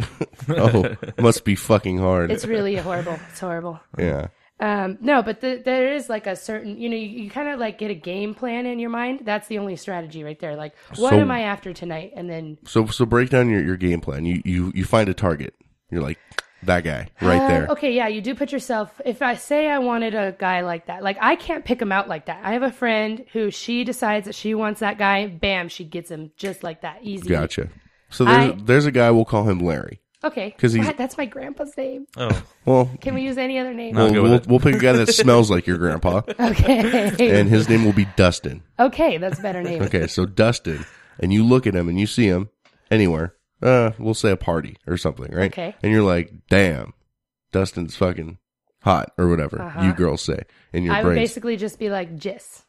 Oh, must be fucking hard. It's really horrible. It's horrible. yeah, Um, no, but the, there is like a certain, you know, you, you kind of like get a game plan in your mind. That's the only strategy right there. Like, what So- am I after tonight? And then so so break down your, your game plan. You you you find a target. You're like that guy right Uh, there. Okay, yeah, you do put yourself. If I say I wanted a guy like that, like I can't pick him out like that. I have a friend who she decides that she wants that guy. Bam, she gets him just like that, easy. Gotcha. So there's, I- there's a guy, we'll call him Larry. Okay. 'Cause he's- What? that's my grandpa's name. Oh, Well, Can we use any other name? No. I'll we'll, go with we'll, it. we'll pick a guy that smells like your grandpa, Okay. and his name will be Dustin. okay, that's a better name. Okay, so Dustin, and you look at him and you see him anywhere, uh, we'll say a party or something, right? Okay. And you're like, damn, Dustin's fucking hot or whatever Uh-huh. you girls say in your I would brain. basically just be like Jis.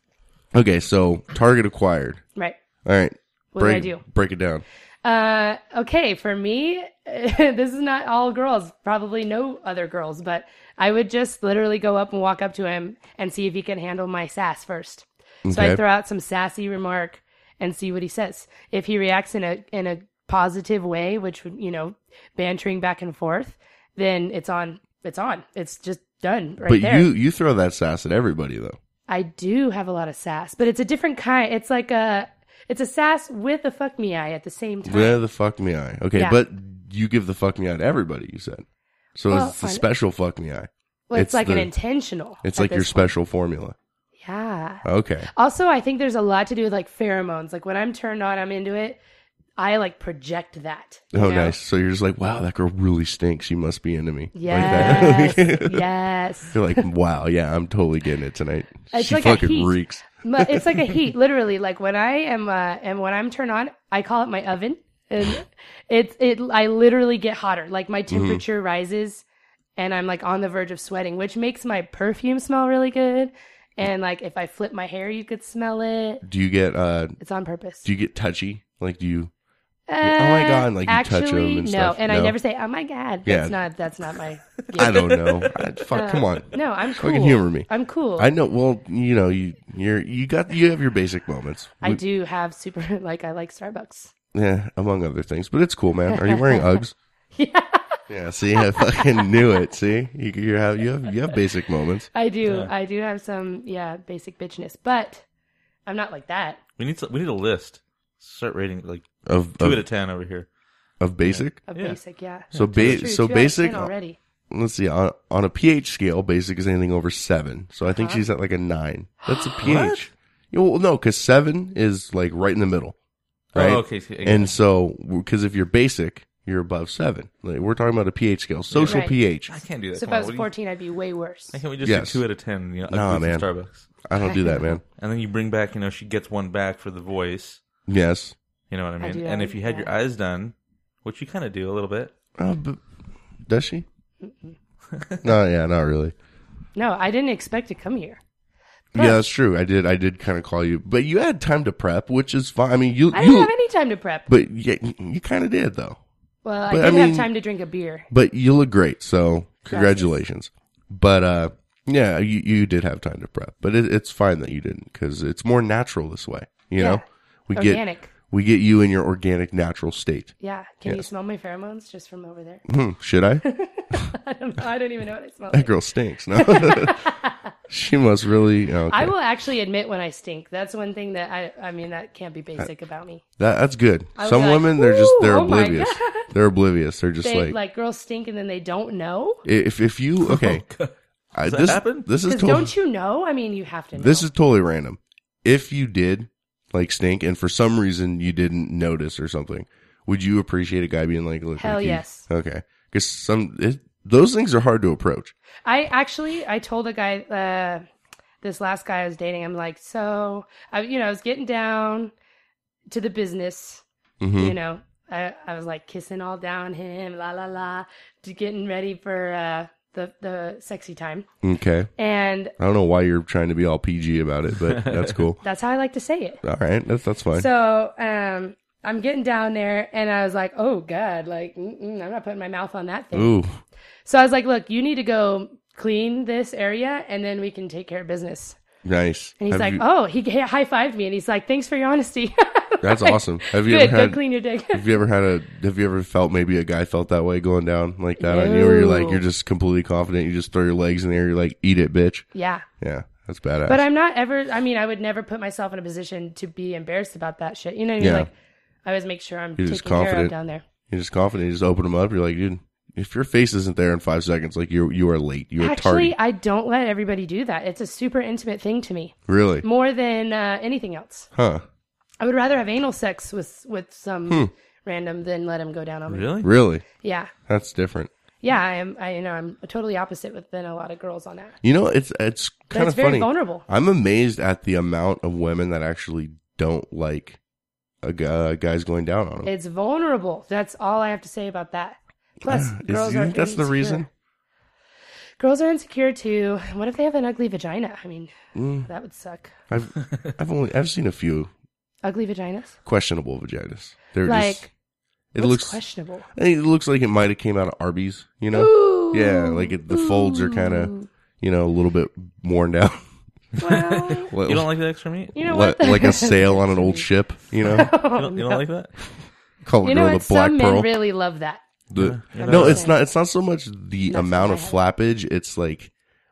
okay, so target acquired. Right. All right. What break, do I do? Break it down. Uh, okay, for me, this is not all girls, probably no other girls, but I would just literally go up and walk up to him and see if he can handle my sass first. So Okay. I throw out some sassy remark and see what he says. If he reacts in a in a positive way, which would you know, bantering back and forth, then it's on. It's on. It's just done right but there. you you throw that sass at everybody though. I do have a lot of sass, but it's a different kind. It's like a it's a sass with a fuck me eye at the same time. Where the fuck me eye. Okay, Yeah. but you give the fuck me eye to everybody. You said. So Well, it's the fine. special fuck me eye. Well, it's, It's like an the- intentional. It's at like your this point. special formula. Yeah. Okay. Also, I think there's a lot to do with like pheromones. Like when I'm turned on, I'm into it. I like project that. you Oh, know? nice. So you're just like, wow, that girl really stinks. She must be into me. Yes. Like that. yes. you're like, wow, yeah, I'm totally getting it tonight. It's she like a fucking heat. reeks. But it's like a heat, literally. Like when I am, uh, and when I'm turned on, I call it my oven, and it's it. I literally get hotter. Like my Mm-hmm. temperature rises, and I'm like on the verge of sweating, which makes my perfume smell really good. And like if I flip my hair, you could smell it. Do you get uh It's on purpose. do you get touchy? Like do you oh my God, and, like, you touch actually, 'em and no, stuff. and I No. never say, oh my god. That's Yeah. not that's not my. I don't know. I, fuck, come on. No, I'm cool. Fucking humor me. I'm cool. I I, know well, you know, you you're you got you have your basic moments. We- do have super like I like Starbucks. Yeah, among other things. But it's cool, man. Are you wearing Uggs? yeah. Yeah, see, I fucking knew it. See? You you have you have you have basic moments. I do. I do have some yeah basic bitchiness, but I'm not like that. we need to, we need a list. Start rating like Of two out of, of ten over here. of basic. A Yeah. basic, yeah. So It's ba- true, so two out of basic 10 already. let's see on, on a pH scale, basic is anything over seven. So I think Uh-huh. she's at like a nine. That's a pH. Yeah, well, no, because seven is like right in the middle, right? Oh, okay. see, And so, because if you're basic, you're above seven. Like, we're talking about a pH scale, social Right. pH. I can't do that. So if Come I on, was what do you- 14, I'd be way worse. Why can't we just Yes. do two out of ten? You know, Nah, nah, man. man. Starbucks, I don't do that, man. and then you bring back. You know, she gets one back for the voice. Yes, You know what I mean? do, and I- if you had your yeah. eyes done, which you kind of do a little bit, uh, but does she? no, yeah, not really. No, I didn't expect to come here. Yeah, that's true. I did, I did kind of call you, but you had time to prep, which is fine. I mean, you, I didn't you, have any time to prep. but yeah, you kind of did though. well, I but did I mean- have time to drink a beer. but you look great. So congratulations. But uh, yeah, you, you did have time to prep, but it, it's fine that you didn't because it's more natural this way. You Yeah. know, we Organic. get we get you in your organic natural state. yeah. Can you smell my pheromones just from over there? Hmm, should I? I don't know. I don't even know what it smells that like. girl stinks. No, she must really. Okay. I will actually admit when I stink. That's one thing that I I mean that can't be basic about me. That, that's good. was Some like, women they're just "Ooh, they're oh my oblivious. They're oblivious. They're just They like, like, girls stink and then they don't know. if if Oh you okay. I, that this happen? this is Because totally, don't you know? I mean, you have to. Know. This is totally random. If you did like stink and for some reason you didn't notice or something, would you appreciate a guy being like, look, Hell like you- yes. Okay. Because some, it, those things are hard to approach. I actually I told a guy uh, this last guy I was dating. I'm like, so I you know I was getting down to the business. Mhm. You know, I I was like kissing all down him, la la la, to getting ready for uh, the the sexy time. Okay. And I don't know why you're trying to be all PG about it, but that's cool. that's how I like to say it. All right. That's, that's fine. So um, I'm getting down there, and I was like, "Oh God, like mm-mm, I'm not putting my mouth on that thing." Ooh. So I was like, "Look, you need to go clean this area, and then we can take care of business." Nice. And he's Have like, you- "Oh," he high fived me, and he's like, "Thanks for your honesty." That's awesome. Have you Good, ever go had, clean your dick. have you ever had a, have you ever felt maybe a guy felt that way going down like that on you or you're like, No. you're just completely confident. You just throw your legs in the air. You're like, eat it, bitch. yeah, Yeah. That's badass. but I'm not ever. I mean, I would never put myself in a position to be embarrassed about that shit. You know what I mean? Yeah. Like, I always make sure I'm You're taken just care of confident. down there. You're just confident. You just open them up. You're like, dude, if your face isn't there in five seconds, like you you are late. You are Actually, tardy. I don't let everybody do that. It's a super intimate thing to me, Really? more than uh, anything else. Huh? I would rather have anal sex with with some random than let him go down on me. Really? Hmm. Really? Yeah. That's different. Yeah, I am I you know, I'm totally opposite with than a lot of girls on that. You know, it's it's But kind it's of very funny. vulnerable. I'm amazed at the amount of women that actually don't like a gu- uh, guys going down on them. It's vulnerable. That's all I have to say about that. Plus, Is- girls you are think that's the insecure. reason? Girls are insecure too. What if they have an ugly vagina? I mean, Mm. that would suck. I've I've only I've seen a few Ugly vaginas? questionable vaginas. They're Like just, it what's looks questionable. it looks like it might have came out of Arby's. You know, Ooh. yeah, like it, the folds are kind of you know a little bit worn down. Well, Like- You don't like the extra meat? You you know like, what? like a sail on an old ship, you know? don't, you don't like that? Call a you know girl what? the black Some pearl. men really love that. The- Yeah. no, Yeah. it's not. It's not so much the That's amount what of I have. flappage. It's like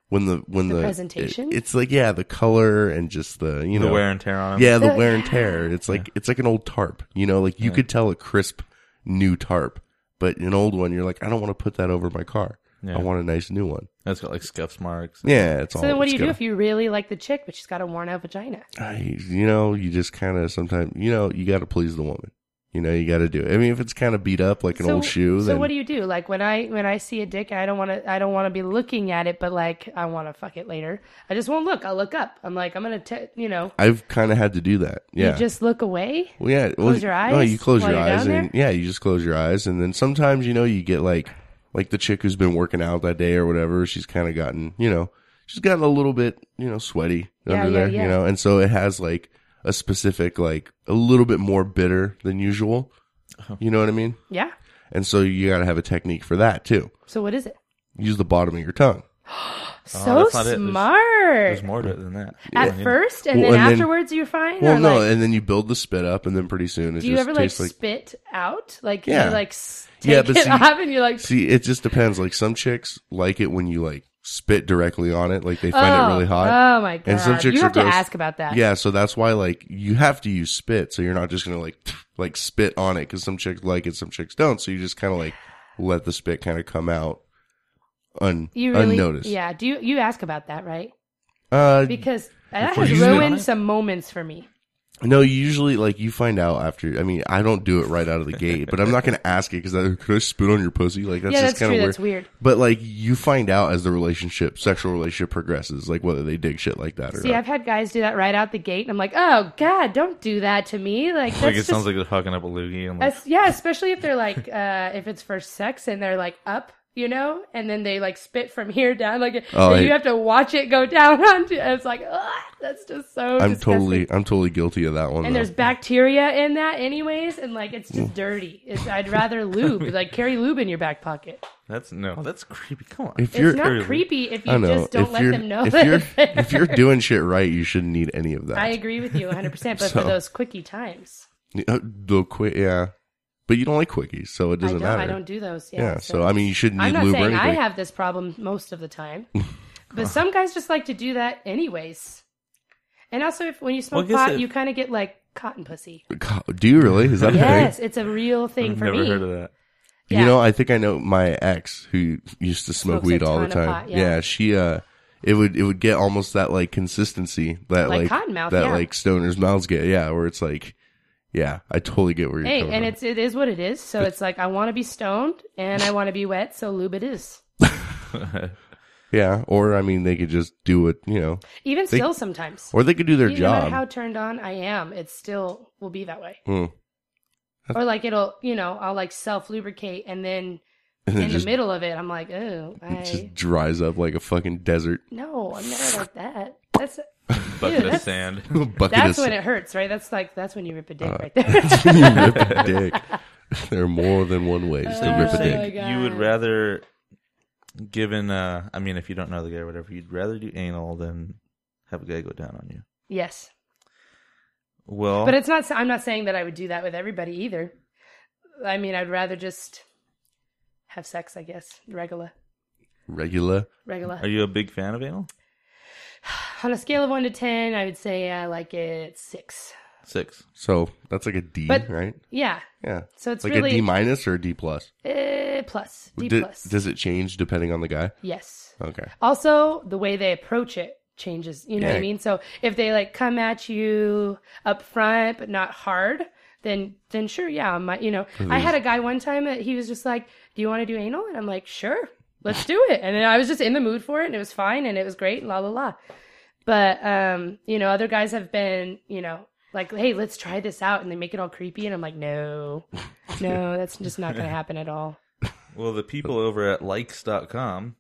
when the when The the, presentation? it- it's like yeah, the color and just the you know the wear and tear on 'em. yeah the The- wear and tear. It's like it's like an old tarp. You know, like you could tell a crisp new tarp, but an old one, you're like, I don't want to put that over my car. Yeah. I want a nice new one. That's got like scuffs marks. Yeah, it's all. So then, what do you it's do gonna- if you really like the chick, but she's got a worn out vagina? I, you know, you just kind of sometimes, you know, you got to please the woman. You know, you got to do it. I mean, if it's kind of beat up like an so, old shoe, So then what do you do? Like when I when I see a dick, I don't want to I don't want to be looking at it, but like I want to fuck it later. I just won't look. I'll look up. I'm like I'm gonna t- you know I've kind of had to do that. Yeah. you just look away. well, yeah. well, close your No, eyes you close while your you're eyes, down and yeah, you just close your eyes, and then sometimes you know you get like, like the chick who's been working out that day or whatever. She's kind of gotten, you know, she's gotten a little bit, you know, sweaty Yeah, under yeah, there, yeah. you know, and so it has like a specific, like a little bit more bitter than usual. You know what I mean? Yeah. And so you got to have a technique for that too. So what is it? Use the bottom of your tongue. So Oh, that's not it. There's- smart. There's more to it than that. At first, and Well, then and then- afterwards, you're fine. Well, or no, like, and then you build the spit up, and then pretty soon it do you just ever like tastes like. spit out? Like Yeah. you like s- take Yeah, but it see- off, and you're like, See, it just depends. Like some chicks like it when you like spit directly on it, like they find oh, it really hot. Oh my god! And some chicks you are have to gross. ask about that. yeah, so that's why like you have to use spit, so you're not just gonna like like spit on it because some chicks like it, some chicks don't. So you just kind of like let the spit kind of come out un You really? unnoticed. Yeah. Do you you ask about that right? Uh, Because that Before has you spit on it? ruined some moments for me. No, usually like you find out after. I mean, I don't do it right out of the gate, but I'm not going to ask it because could I spit on your pussy? Like that's yeah, just that's true. kind of weird. That's weird. But like you find out as the relationship, sexual relationship progresses, like whether they dig shit like that or See, not. I've had guys do that right out the gate, and I'm like, oh god, don't do that to me. Like, that's Like it just, sounds like they're fucking up a loogie. I'm like, that's- yeah, especially if they're like, uh, if it's first sex and they're like up. You know, and then they like spit from here down, like Oh, and I- you have to watch it go down onto. And it's like, ugh, that's just so. I'm disgusting. totally, I'm totally guilty of that one. And though. there's bacteria in that, anyways, and like it's Mm. just dirty. It's, I'd rather lube, like carry lube in your back pocket. that's no, that's creepy. Come on. if It's you're, not creepy if I you know, just don't if let you're, them know. if that you're, it's there. if you're doing shit right, you shouldn't need any of that. I agree with you 100, percent but So- for those quickie times, Uh, the quick, yeah, but you don't like quickies, so it I doesn't don't. matter. I don't do those. Yeah. yeah, so, I mean, you shouldn't need I'm not lube or saying anything. I have this problem most of the time, but some guys just like to do that anyways. And also, if when you Well, smoke I guess pot, it- you kind of get like cotton pussy. God, do you really? Is that a thing? Yes, it's a real thing I've for never me. heard of that. You Yeah. know, I think I know my ex who used to smoke Smokes a weed all the ton of time. pot, yeah. yeah. she uh it would it would get almost that like consistency that like, Like cottonmouth, that yeah. like stoners mouths get, yeah, where it's like yeah, I totally get where you're Hey, coming and from. it's it is what it is. So it's like I want to be stoned and I want to be wet, so lube it is. yeah, or I mean they could just do it, you know. Even still, sometimes. Or they could do their Even no job. matter how turned on I am, it still will be that way. Hmm. Or like it'll, you know, I'll like self lubricate, and then and in it just, the middle of it, I'm like, oh, I it just dries up like a fucking desert no, I'm never like that. That's Bucket of that's- sand. bucket that's of when s- it hurts, right? That's like that's when you rip a dick right there. Uh, you rip a dick. There are more than one ways to Oh, So rip you're a dick. saying you would rather, given, uh, I mean, if you don't know the guy or whatever, you'd rather do anal than have a guy go down on you. yes, Well, but it's not. I'm not saying that I would do that with everybody either. I mean, I'd rather just have sex, I guess, regular, Regular. regular. are you a big fan of anal? On a scale of one to ten, I would say I like it six. Six. So that's like a D, But- right? Yeah, Yeah. so it's like a D really minus or a D plus? eh, plus D D- plus. Does it change depending on the guy? yes. Okay. Also, the way they approach it changes. You know what Yeah. I mean? So if they like come at you up front but not hard, then then sure, yeah, I'm, you know. I had a guy one time that he was just like, "Do you want to do anal?" And I'm like, "Sure, let's do it." And then I was just in the mood for it, and it was fine, and it was great, and la la la. But um, you know, other guys have been, you know, like, "Hey, let's try this out," and they make it all creepy, and I'm like, "No, no, that's just not going to happen at all." Well, the people over at likes.com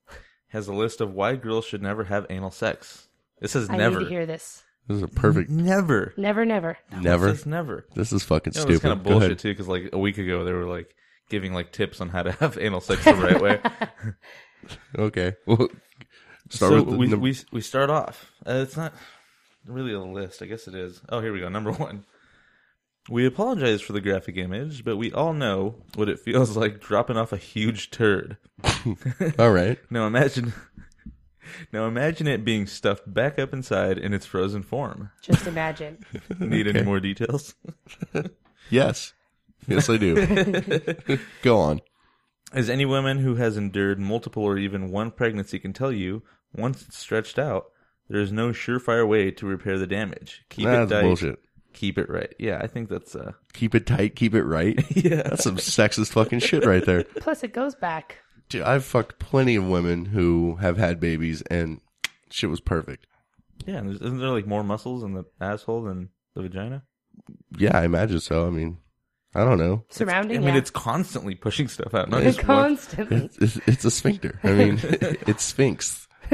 has a list of why girls should never have anal sex. It says I never. need to hear this. This is a perfect Never. Never, never. never. It says never. This is fucking You know, stupid. it's kind of Go ahead. bullshit too, because like a week ago they were like giving like tips on how to have anal sex the right way. Okay. Well, start so with the we, num- we we start off. Uh, it's not really a list. I guess it is. Oh, here we go. Number one. We apologize for the graphic image, but we all know what it feels like dropping off a huge turd. All right. Now imagine. Now imagine it being stuffed back up inside in its frozen form. Just imagine. Need any more details? Yes. Yes, I do. Go on. As any woman who has endured multiple or even one pregnancy can tell you, once it's stretched out, there is no surefire way to repair the damage. Keep That's it tight. bullshit. Keep it right. Yeah, I think that's uh Keep it tight. Keep it right. Yeah. That's some sexist fucking shit right there. Plus, it goes back. Dude, I've fucked plenty of women who have had babies and shit was perfect. yeah. and there's- Isn't there like more muscles in the asshole than the vagina? Yeah, I imagine so. I mean, I don't know. Surrounding. I mean, yeah. it's constantly pushing stuff out. Not It's just one. constantly. It's, it's a sphincter. I mean, it sphinx.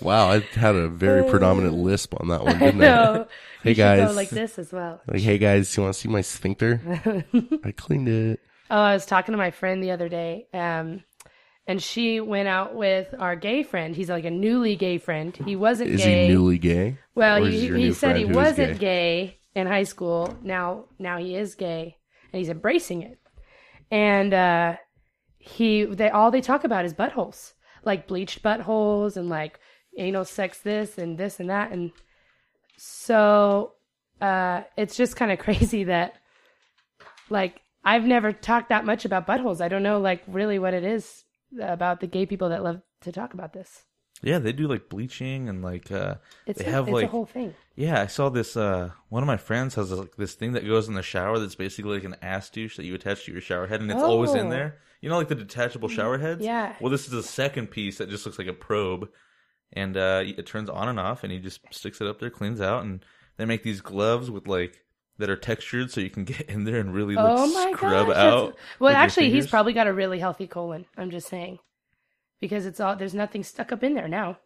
wow, I had a very Uh, predominant lisp on that one, didn't I? No, Hey go guys, like like, this as well. hey guys, you want to see my sphincter? I cleaned it. Oh, I was talking to my friend the other day, um, and she went out with our gay friend. He's like a newly gay friend. He wasn't Is gay. he newly gay? well, or is he, your he new said friend he who is wasn't gay? in high school. Now, now he is gay, and he's embracing it. And uh, he, they all they talk about is buttholes, like bleached buttholes, and like anal sex, this and this and that, and so uh, it's just kind of crazy that like I've never talked that much about buttholes. I don't know like really what it is about the gay people that love to talk about this. Yeah, they do like bleaching and like uh It's they a, have it's like a whole thing. yeah. I saw this. uh One of my friends has like this thing that goes in the shower that's basically like an ass douche that you attach to your shower head, and it's always in Oh. Mm, there. You know, like the detachable shower heads. Yeah. Well, this is the second piece that just looks like a probe, and uh it turns on and off, and he just sticks it up there, cleans out, and they make these gloves with like. That are textured, so you can get in there and really like oh my scrub gosh. that's- out. with Well, your actually, he's fingers. probably got a really healthy colon. I'm just saying, because it's all there's nothing stuck up in there now.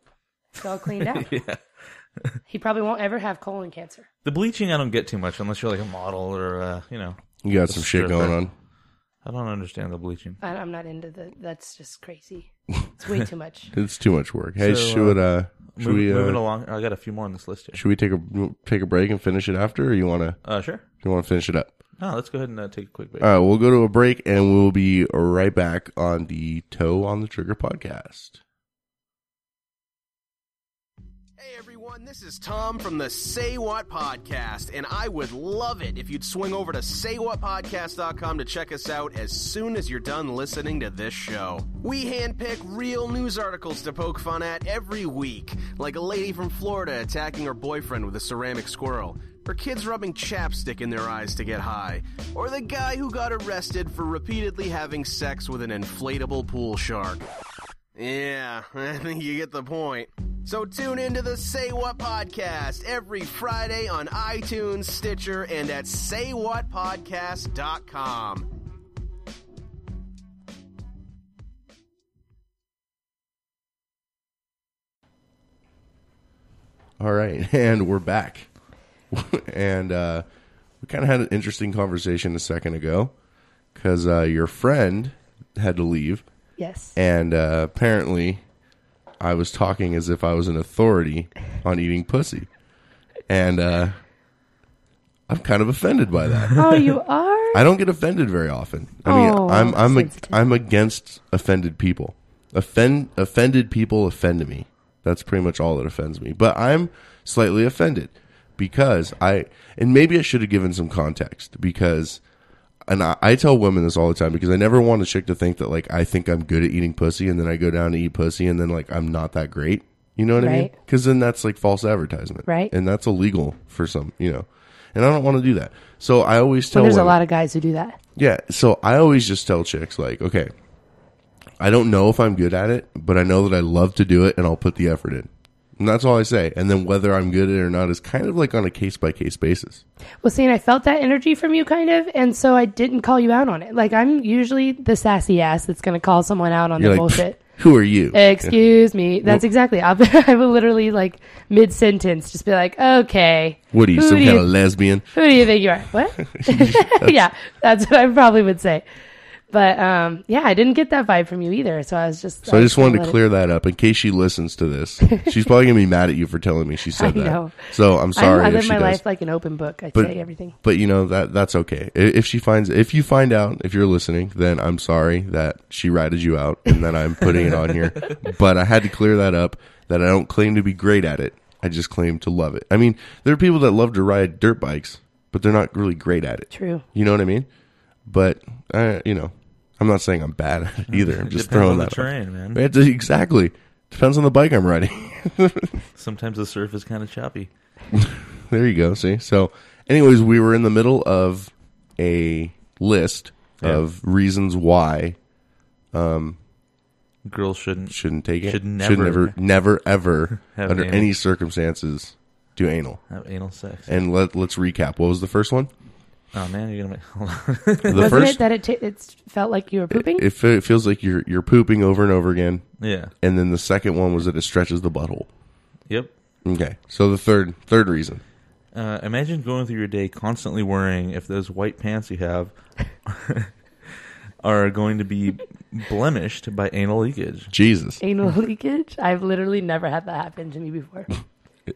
It's all cleaned out. yeah. He probably won't ever have colon cancer. The bleaching I don't get too much unless you're like a model or uh, you know. You got some shit Stripper. going on. I don't understand the bleaching. I, I'm not into the. That's just crazy. It's way too much. It's too much work. Hey, So, should uh, should Move, we moving uh, along, I got a few more on this list here. should we take a take a break and finish it after? Or you wanna Uh, sure. you wanna finish it up? No, let's go ahead and uh, take a quick break. All right, we'll go to a break and we'll be right back on the Toe on the Trigger podcast. Hey everyone, this is Tom from the Say What Podcast, and I would love it if you'd swing over to saywhatpodcast.com to check us out as soon as you're done listening to this show. We handpick real news articles to poke fun at every week, like a lady from Florida attacking her boyfriend with a ceramic squirrel, or kids rubbing chapstick in their eyes to get high, or the guy who got arrested for repeatedly having sex with an inflatable pool shark. Yeah, I think you get the point. So tune into the Say What Podcast every Friday on iTunes, Stitcher, and at saywhatpodcast.com. All right, and we're back. and uh, we kind of had an interesting conversation a second ago because uh, your friend had to leave, Yes. and uh, apparently I was talking as if I was an authority on eating pussy, and uh, I'm kind of offended by that. oh, you are. I don't get offended very often. I mean, Oh, I'm I'm a, sensitive. I'm against offended people. Offend offended people offend me. That's pretty much all that offends me. But I'm slightly offended because I and maybe I should have given some context because and I, I tell women this all the time because I never want a chick to think that like I think I'm good at eating pussy and then I go down to eat pussy and then like I'm not that great. You know what I mean? Right. Because then that's like false advertisement, Right. And that's illegal for some, you know. and I don't want to do that. So I always tell Well, there's a women- lot of guys who do that. yeah. So I always just tell chicks, like, okay, I don't know if I'm good at it, but I know that I love to do it and I'll put the effort in. And that's all I say. And then whether I'm good at it or not is kind of like on a case by case basis. Well, see, and I felt that energy from you, kind of, and so I didn't call you out on it. Like I'm usually the sassy ass that's going to call someone out on You're their like, bullshit. who are you? Excuse me. That's exactly. I'll, I will literally like mid sentence just be like, okay. What are you, who some do kind you- of lesbian? Who do you think you are? What? yeah, that's what I probably would say. But um, yeah, I didn't get that vibe from you either. So I was just. So I just wanted to let it- clear that up in case she listens to this. She's probably gonna be mad at you for telling me she said I that. know. So I'm I, sorry I if live she my does. life like an open book. I But- say everything. But you know that that's okay. I- If she finds, if you find out, if you're listening, then I'm sorry that she ratted you out, and then I'm putting it on here. But I had to clear that up. That I don't claim to be great at it. I just claim to love it. I mean, there are people that love to ride dirt bikes, but they're not really great at it. True. You know what I mean? But uh, you know, I'm not saying I'm bad at it either. I'm just Depends throwing on the that out. terrain, man. It- exactly. Depends on the bike I'm riding. Sometimes the surf is kind of choppy. There you go. See. So, anyways, we were in the middle of a list of reasons why Girls shouldn't. shouldn't take it. Should never- never, never, ever, Have under anal. any circumstances, do anal. Have anal sex. And let let's recap. What was the first one? Oh man, you're gonna make. Hold on. The Wasn't first. it that it, ta it felt like you were pooping? it, fe- it feels like you're you're pooping over and over again. yeah. And then the second one was that it stretches the butthole. Yep. Okay. So the third third reason. Uh, imagine going through your day constantly worrying if those white pants you have are going to be blemished by anal leakage. Jesus, Anal leakage? I've literally never had that happen to me before.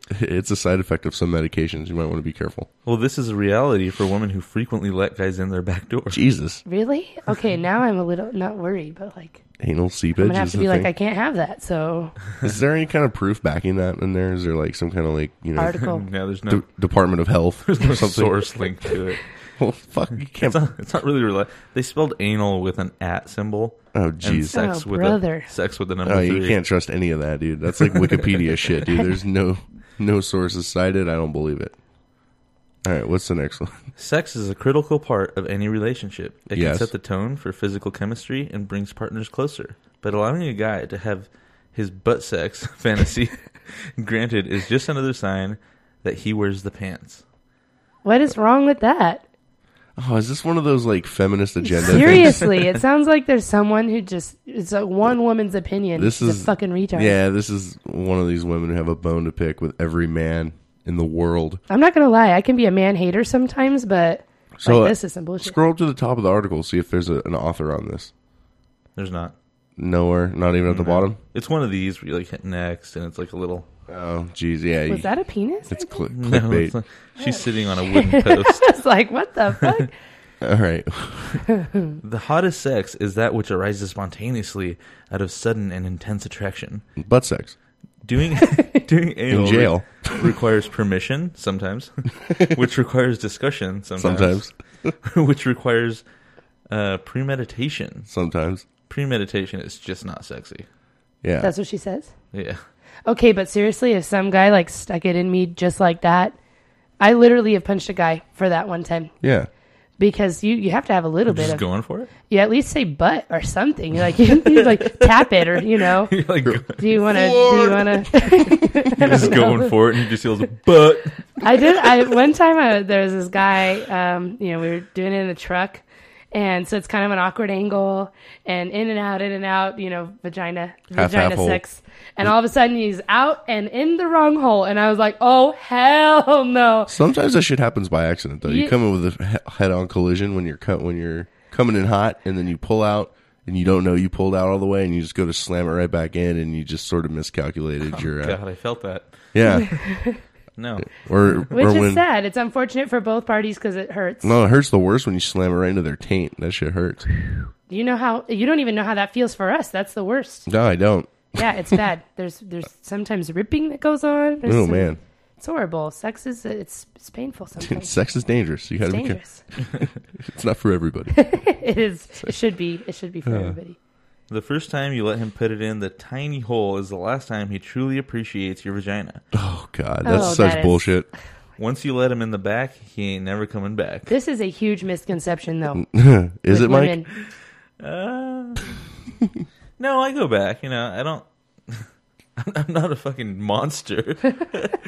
it's a side effect of some medications. You might want to be careful. Well, this is a reality for women who frequently let guys in their back door. Jesus, Really? Okay, now I'm a little not worried, but like anal I'm seepage. gonna have is to the be like, thing. I can't have that. So Is there any kind of proof backing that in there? Is there like some kind of like you know article. No, there's de- no, Department of Health or something? no source link to it. Well, fuck, you can't. It's not, it's not really real. They spelled anal with an at symbol. Oh, and jeez. sex Oh, with brother. A, sex with the number Oh, three. you can't trust any of that, dude. That's like Wikipedia shit, dude. There's no no sources cited. I don't believe it. All right, what's the next one? Sex is a critical part of any relationship. It Yes. can set the tone for physical chemistry and brings partners closer. But allowing a guy to have his butt sex fantasy granted is just another sign that he wears the pants. What is wrong with that? Oh, is this one of those like feminist agenda? things? Seriously, it sounds like there's someone who just it's like one woman's opinion. This She's is a fucking retard. Yeah, this is one of these women who have a bone to pick with every man in the world. I'm not gonna lie, I can be a man hater sometimes, but So like, this is some bullshit. scroll up to the top of the article, see if there's a, an author on this. There's not. Nowhere, not even at the bottom. It's one of these where you like hit next and it's like a little. Oh, jeez, yeah. you- Was that a penis? It's cli No, clickbait. it's like- she's sitting on a wooden post. I was like, what the fuck? All right. the hottest sex is that which arises spontaneously out of sudden and intense attraction. Butt sex. Doing doing anal re- jail. requires permission sometimes, which requires discussion sometimes, Sometimes. which requires uh, premeditation. Sometimes. Premeditation is just not sexy. Yeah. That's what she says. Yeah, Okay, but seriously, if some guy like stuck it in me just like that, I literally have punched a guy for that one time yeah. because you you have to have a little bit just of going for it. you at least say butt or something. You're like you, you like tap it or you know. You're like go- Do you want to? Do you want to? you're just going for it, and you just feels butt. I did. I one time I, there was this guy. Um, you know, we were doing it in the truck, and so it's kind of an awkward angle, and in and out, in and out. You know, vagina, Half, vagina half hole. sex, and all of a sudden he's out and in the wrong hole, and I was like, oh hell no. Sometimes that shit happens by accident though. You, You- come in with a he- head-on collision when you're co- when you're coming in hot, and then you pull out, and you don't know you pulled out all the way, and you just go to slam it right back in, and you just sort of miscalculated your uh, Oh, God, I felt that. yeah. No, Or Which or is when sad. It's unfortunate for both parties because it hurts. no, it hurts the worst when you slam it right into their taint. That shit hurts. You know how you don't even know how that feels for us. That's the worst. No, I don't. Yeah, it's bad. there's there's sometimes ripping that goes on. There's Oh some- man, it's horrible. Sex is it's, it's painful sometimes. sex is dangerous. You got It's to be careful. dangerous. It's not for everybody. It is. It should be. It should be for everybody. The first time you let him put it in the tiny hole is the last time he truly appreciates your vagina. oh god, that's Oh, such that is- bullshit. Once you let him in the back, he ain't never coming back. This is a huge misconception, though. Is it, Mike? Mike? Uh, no, I go back. You know, I don't. I'm not a fucking monster.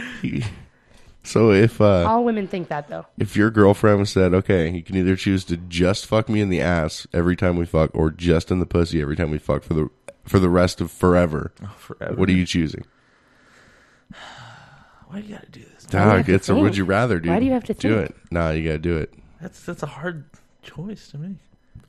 So if uh, All women think that, though. if your girlfriend said, "Okay, you can either choose to just fuck me in the ass every time we fuck, or just in the pussy every time we fuck for the for the rest of forever," Oh, Forever. what are you choosing? Why do you gotta do this? have Dog, to it's a would think? you rather, dude. Why do you have to do think? it? Nah, you gotta do it. That's that's a hard choice to make.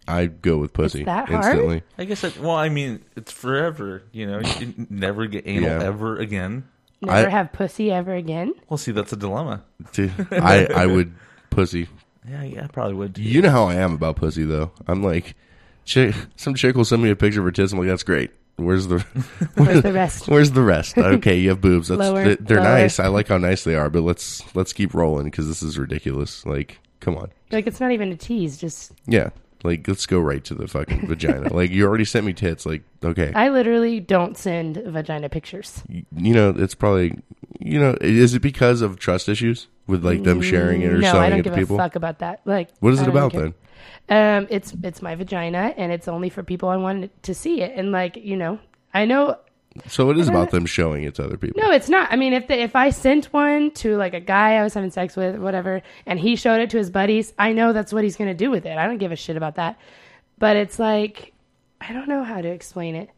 I go with pussy that hard? instantly. I guess. I, well, I mean, it's forever. You know, you can never get anal Yeah. ever again. Never I- have pussy ever again. Well, see, that's a dilemma. Dude, I I would pussy. Yeah, yeah, I probably would. do. You know how I am about pussy though. I'm like, chick, some chick will send me a picture of her tits. I'm like, that's great. Where's the Where's the rest? Where's the rest? Okay, you have boobs. That's, Lower, they- they're lower. nice. I like how nice they are, but let's let's keep rolling because this is ridiculous. Like, come on. Like it's not even a tease. Just Yeah, like let's go right to the fucking vagina. Like you already sent me tits. Like okay, I literally don't send vagina pictures. you know it's probably you know is it because of trust issues with like them sharing it or Mm, no, selling I don't it give to a people? fuck about that. Like What is I it don't about care. then? Um, it's it's my vagina, and it's only for people I wanted to see it. And like you know, I know So it is about them showing it to other people. Uh-huh. No, it's not. I mean, if the, if I sent one to like a guy I was having sex with, whatever, and he showed it to his buddies, I know that's what he's gonna do with it. I don't give a shit about that. But it's like, I don't know how to explain it.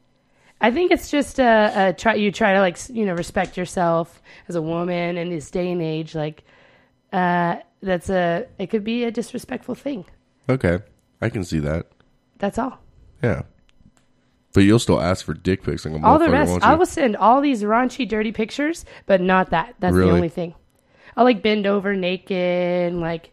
I think it's just uh a try. You try to like s- you know respect yourself as a woman in this day and age. Like, uh, that's a it could be a disrespectful thing. Okay, I can see that. That's all. Yeah, but you'll still ask for dick pics like a all the motherfucker, rest won't you? i will send all these raunchy dirty pictures but not that that's Really? the only thing i'll like bend over naked and, like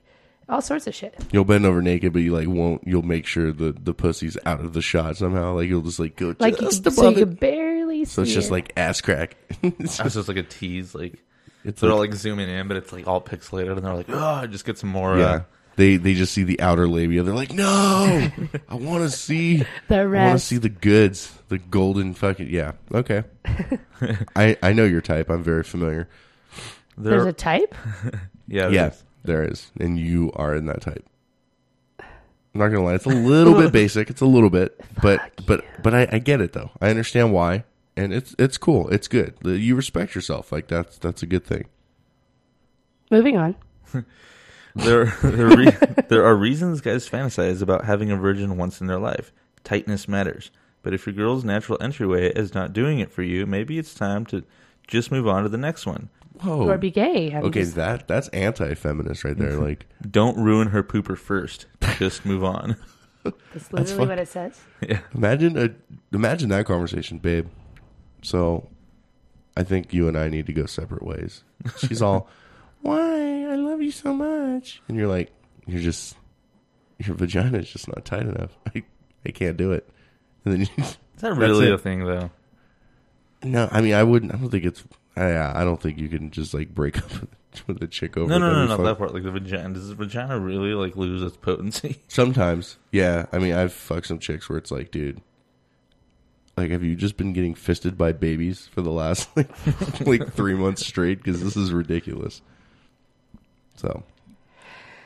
all sorts of shit You'll bend over naked, but you like won't. You'll make sure the the pussy's out of the shot somehow. Like you'll just like go like you just can, so above you can it. barely see So it's just it. like ass crack. it's That's just like a tease. Like it's they're like, all like zooming in, but it's like all pixelated, and they're like, oh, just get some more. yeah. Uh, They they just see the outer labia. They're like, no, I want to see. the I want to rest see the goods, the golden fucking yeah. Okay, I I know your type. I'm very familiar. there's they're, a type yeah, Yeah, there's- there is, and you are in that type. I'm not gonna lie, it's a little bit basic. It's a little bit, but but but I, I get it though. I understand why, and it's it's cool. It's good. You respect yourself. Like that's that's a good thing. moving on There, there, re- there are reasons guys fantasize about having a virgin once in their life. Tightness matters. But if your girl's natural entryway is not doing it for you, maybe it's time to just move on to the next one. Whoa. or be gay I'm Oh. Okay, just- that that's anti-feminist right there. Like Don't ruin her pooper first. Just move on. that's literally fuck- what it says imagine a imagine that conversation, babe. So, I think you and I need to go separate ways. She's all, "Why? I love you so much," and you're like, "You're just your vagina is just not tight enough. I I can't do it." And then you, Is that really it. a thing, though? no, I mean, I wouldn't. I don't think it's. I I don't think you can just like break up with- with a chick over. No, no, it. no, That'd no, be not fun. that part. Like the vagina. Does the vagina really like lose its potency? Sometimes, yeah. I mean, I've fucked some chicks where it's like, dude, like, have you just been getting fisted by babies for the last like, like three months straight? Because this is ridiculous. So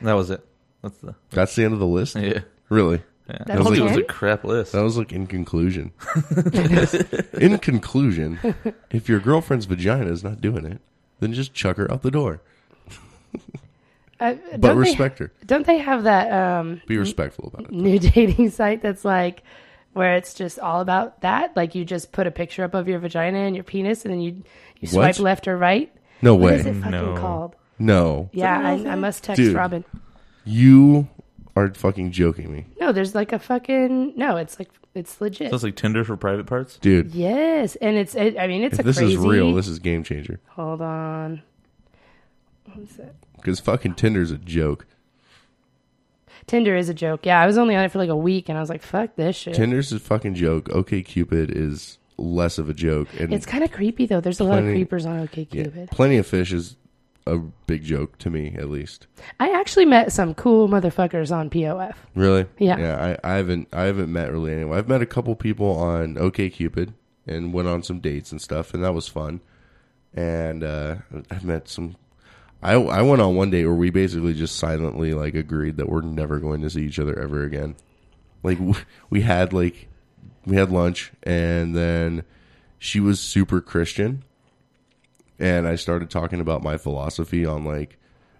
That was it. That's the that's the end of the list. yeah. Really, yeah. That's was like- it was a it? crap list. that was like in conclusion. in conclusion, if your girlfriend's vagina is not doing it, then just chuck her out the door. Uh, But don't respect her. they, don't they have that um Be respectful about it. new dating site that's like where it's just all about that like you just put a picture up of your vagina and your penis and then you you What? swipe left or right No what is it way. fucking No. called No, Yeah, I, I must text Dude. Robin. you are fucking joking me, No, there's like a fucking no. It's like it's legit. That's like Tinder for private parts. dude. yes, and it's. It, I mean, it's a If this crazy. is real, this is game changer. Hold on. Because fucking Tinder's a joke. Tinder is a joke. Yeah, I was only on it for like a week, and I was like, "Fuck this shit." Tinder's a fucking joke. Okay, Cupid is less of a joke, and it's kind of creepy though. There's a lot of Plenty- creepers on yeah, OkCupid. Plenty of Fish is a big joke to me, at least. I actually met some cool motherfuckers on POF. Really? Yeah. Yeah. I, I haven't. I haven't met really anyone. I've met a couple people on OK Cupid and went on some dates and stuff, and that was fun. And uh, I've met some. I I went on one date where we basically just silently like agreed that we're never going to see each other ever again. Like w- we had like we had lunch and then she was super Christian and I started talking about my philosophy on like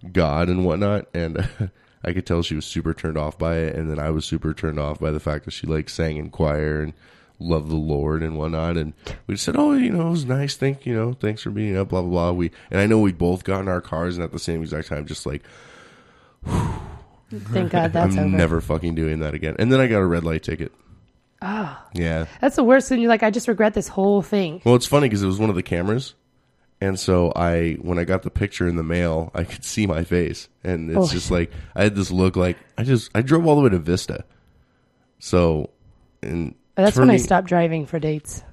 God and whatnot and I could tell she was super turned off by it and then I was super turned off by the fact that she like sang in choir and loved the Lord and whatnot and we just said, Oh, you know, it was nice, thank you know, thanks for being up, blah blah blah. We and I know we both got in our cars and at the same exact time just like Thank God that's I'm over. never fucking doing that again. And then I got a red light ticket. Ah. Oh. Yeah. that's the worst. And you're like, I just regret this whole thing. Well, it's funny because it was one of the cameras, and so I, when I got the picture in the mail, I could see my face, and it's Oh. just like I had this look like I just I drove all the way to Vista, so and That's for when I me- stopped driving for dates.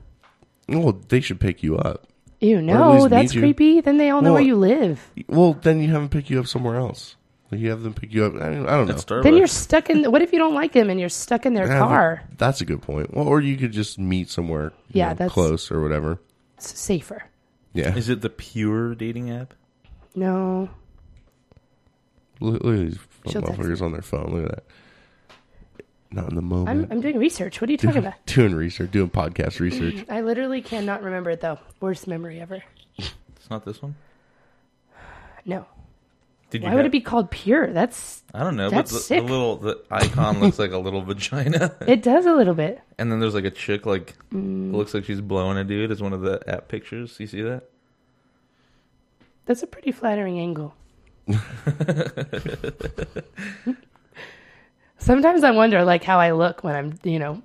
Well, they should pick you up. Ew, least no, meet that's you. creepy. Then they all know Well, where you live. Well, then you have them pick you up somewhere else. Like you have them pick you up. I, I don't know. At Starbucks. Then you're stuck in. What if you don't like them and you're stuck in their Yeah, car? but That's a good point. Well, or you could just meet somewhere. you Yeah, know, that's- close or whatever. It's safer. Yeah. Is it the pure dating app? No, Look, look at these She'll text motherfuckers on their phone. Look at that. Not in the I'm moment. I'm doing research. What are you talking about? doing research, doing podcast research. I literally cannot remember it though. Worst memory ever. It's not this one. No. Did you? Why would have- it be called pure? That's I don't know. That's but the, sick. the little the icon looks like a little vagina, it. Does a little bit. and then there's like a chick like Mm. looks like she's blowing a dude. Is one of the app pictures? You see that? That's a pretty flattering angle. Sometimes I wonder like how I look when I'm you know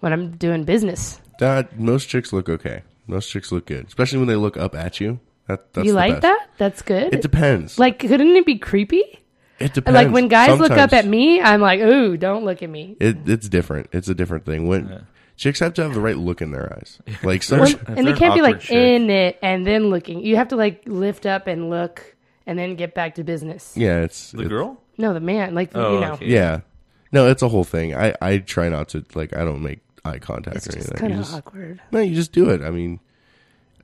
when I'm doing business. That most chicks look okay. Most chicks look good, especially when they look up at you. That that's you the like best. that? That's good. It depends. like couldn't it be creepy? it depends. Like when guys look up Sometimes at me, I'm like, ooh, don't look at me. it, it's different. It's a different thing. When chicks have to have the right look in their eyes. Like some, Well, If and they they're an can't be like awkward chick. in it and then looking. You have to like lift up and look and then get back to business. yeah, it's The it's- girl? No, the man, like Oh, you know, okay. Yeah, no, it's a whole thing. I I try not to like. I don't make eye contact it's or just anything. kind You of just- awkward. No, you just do it. I mean,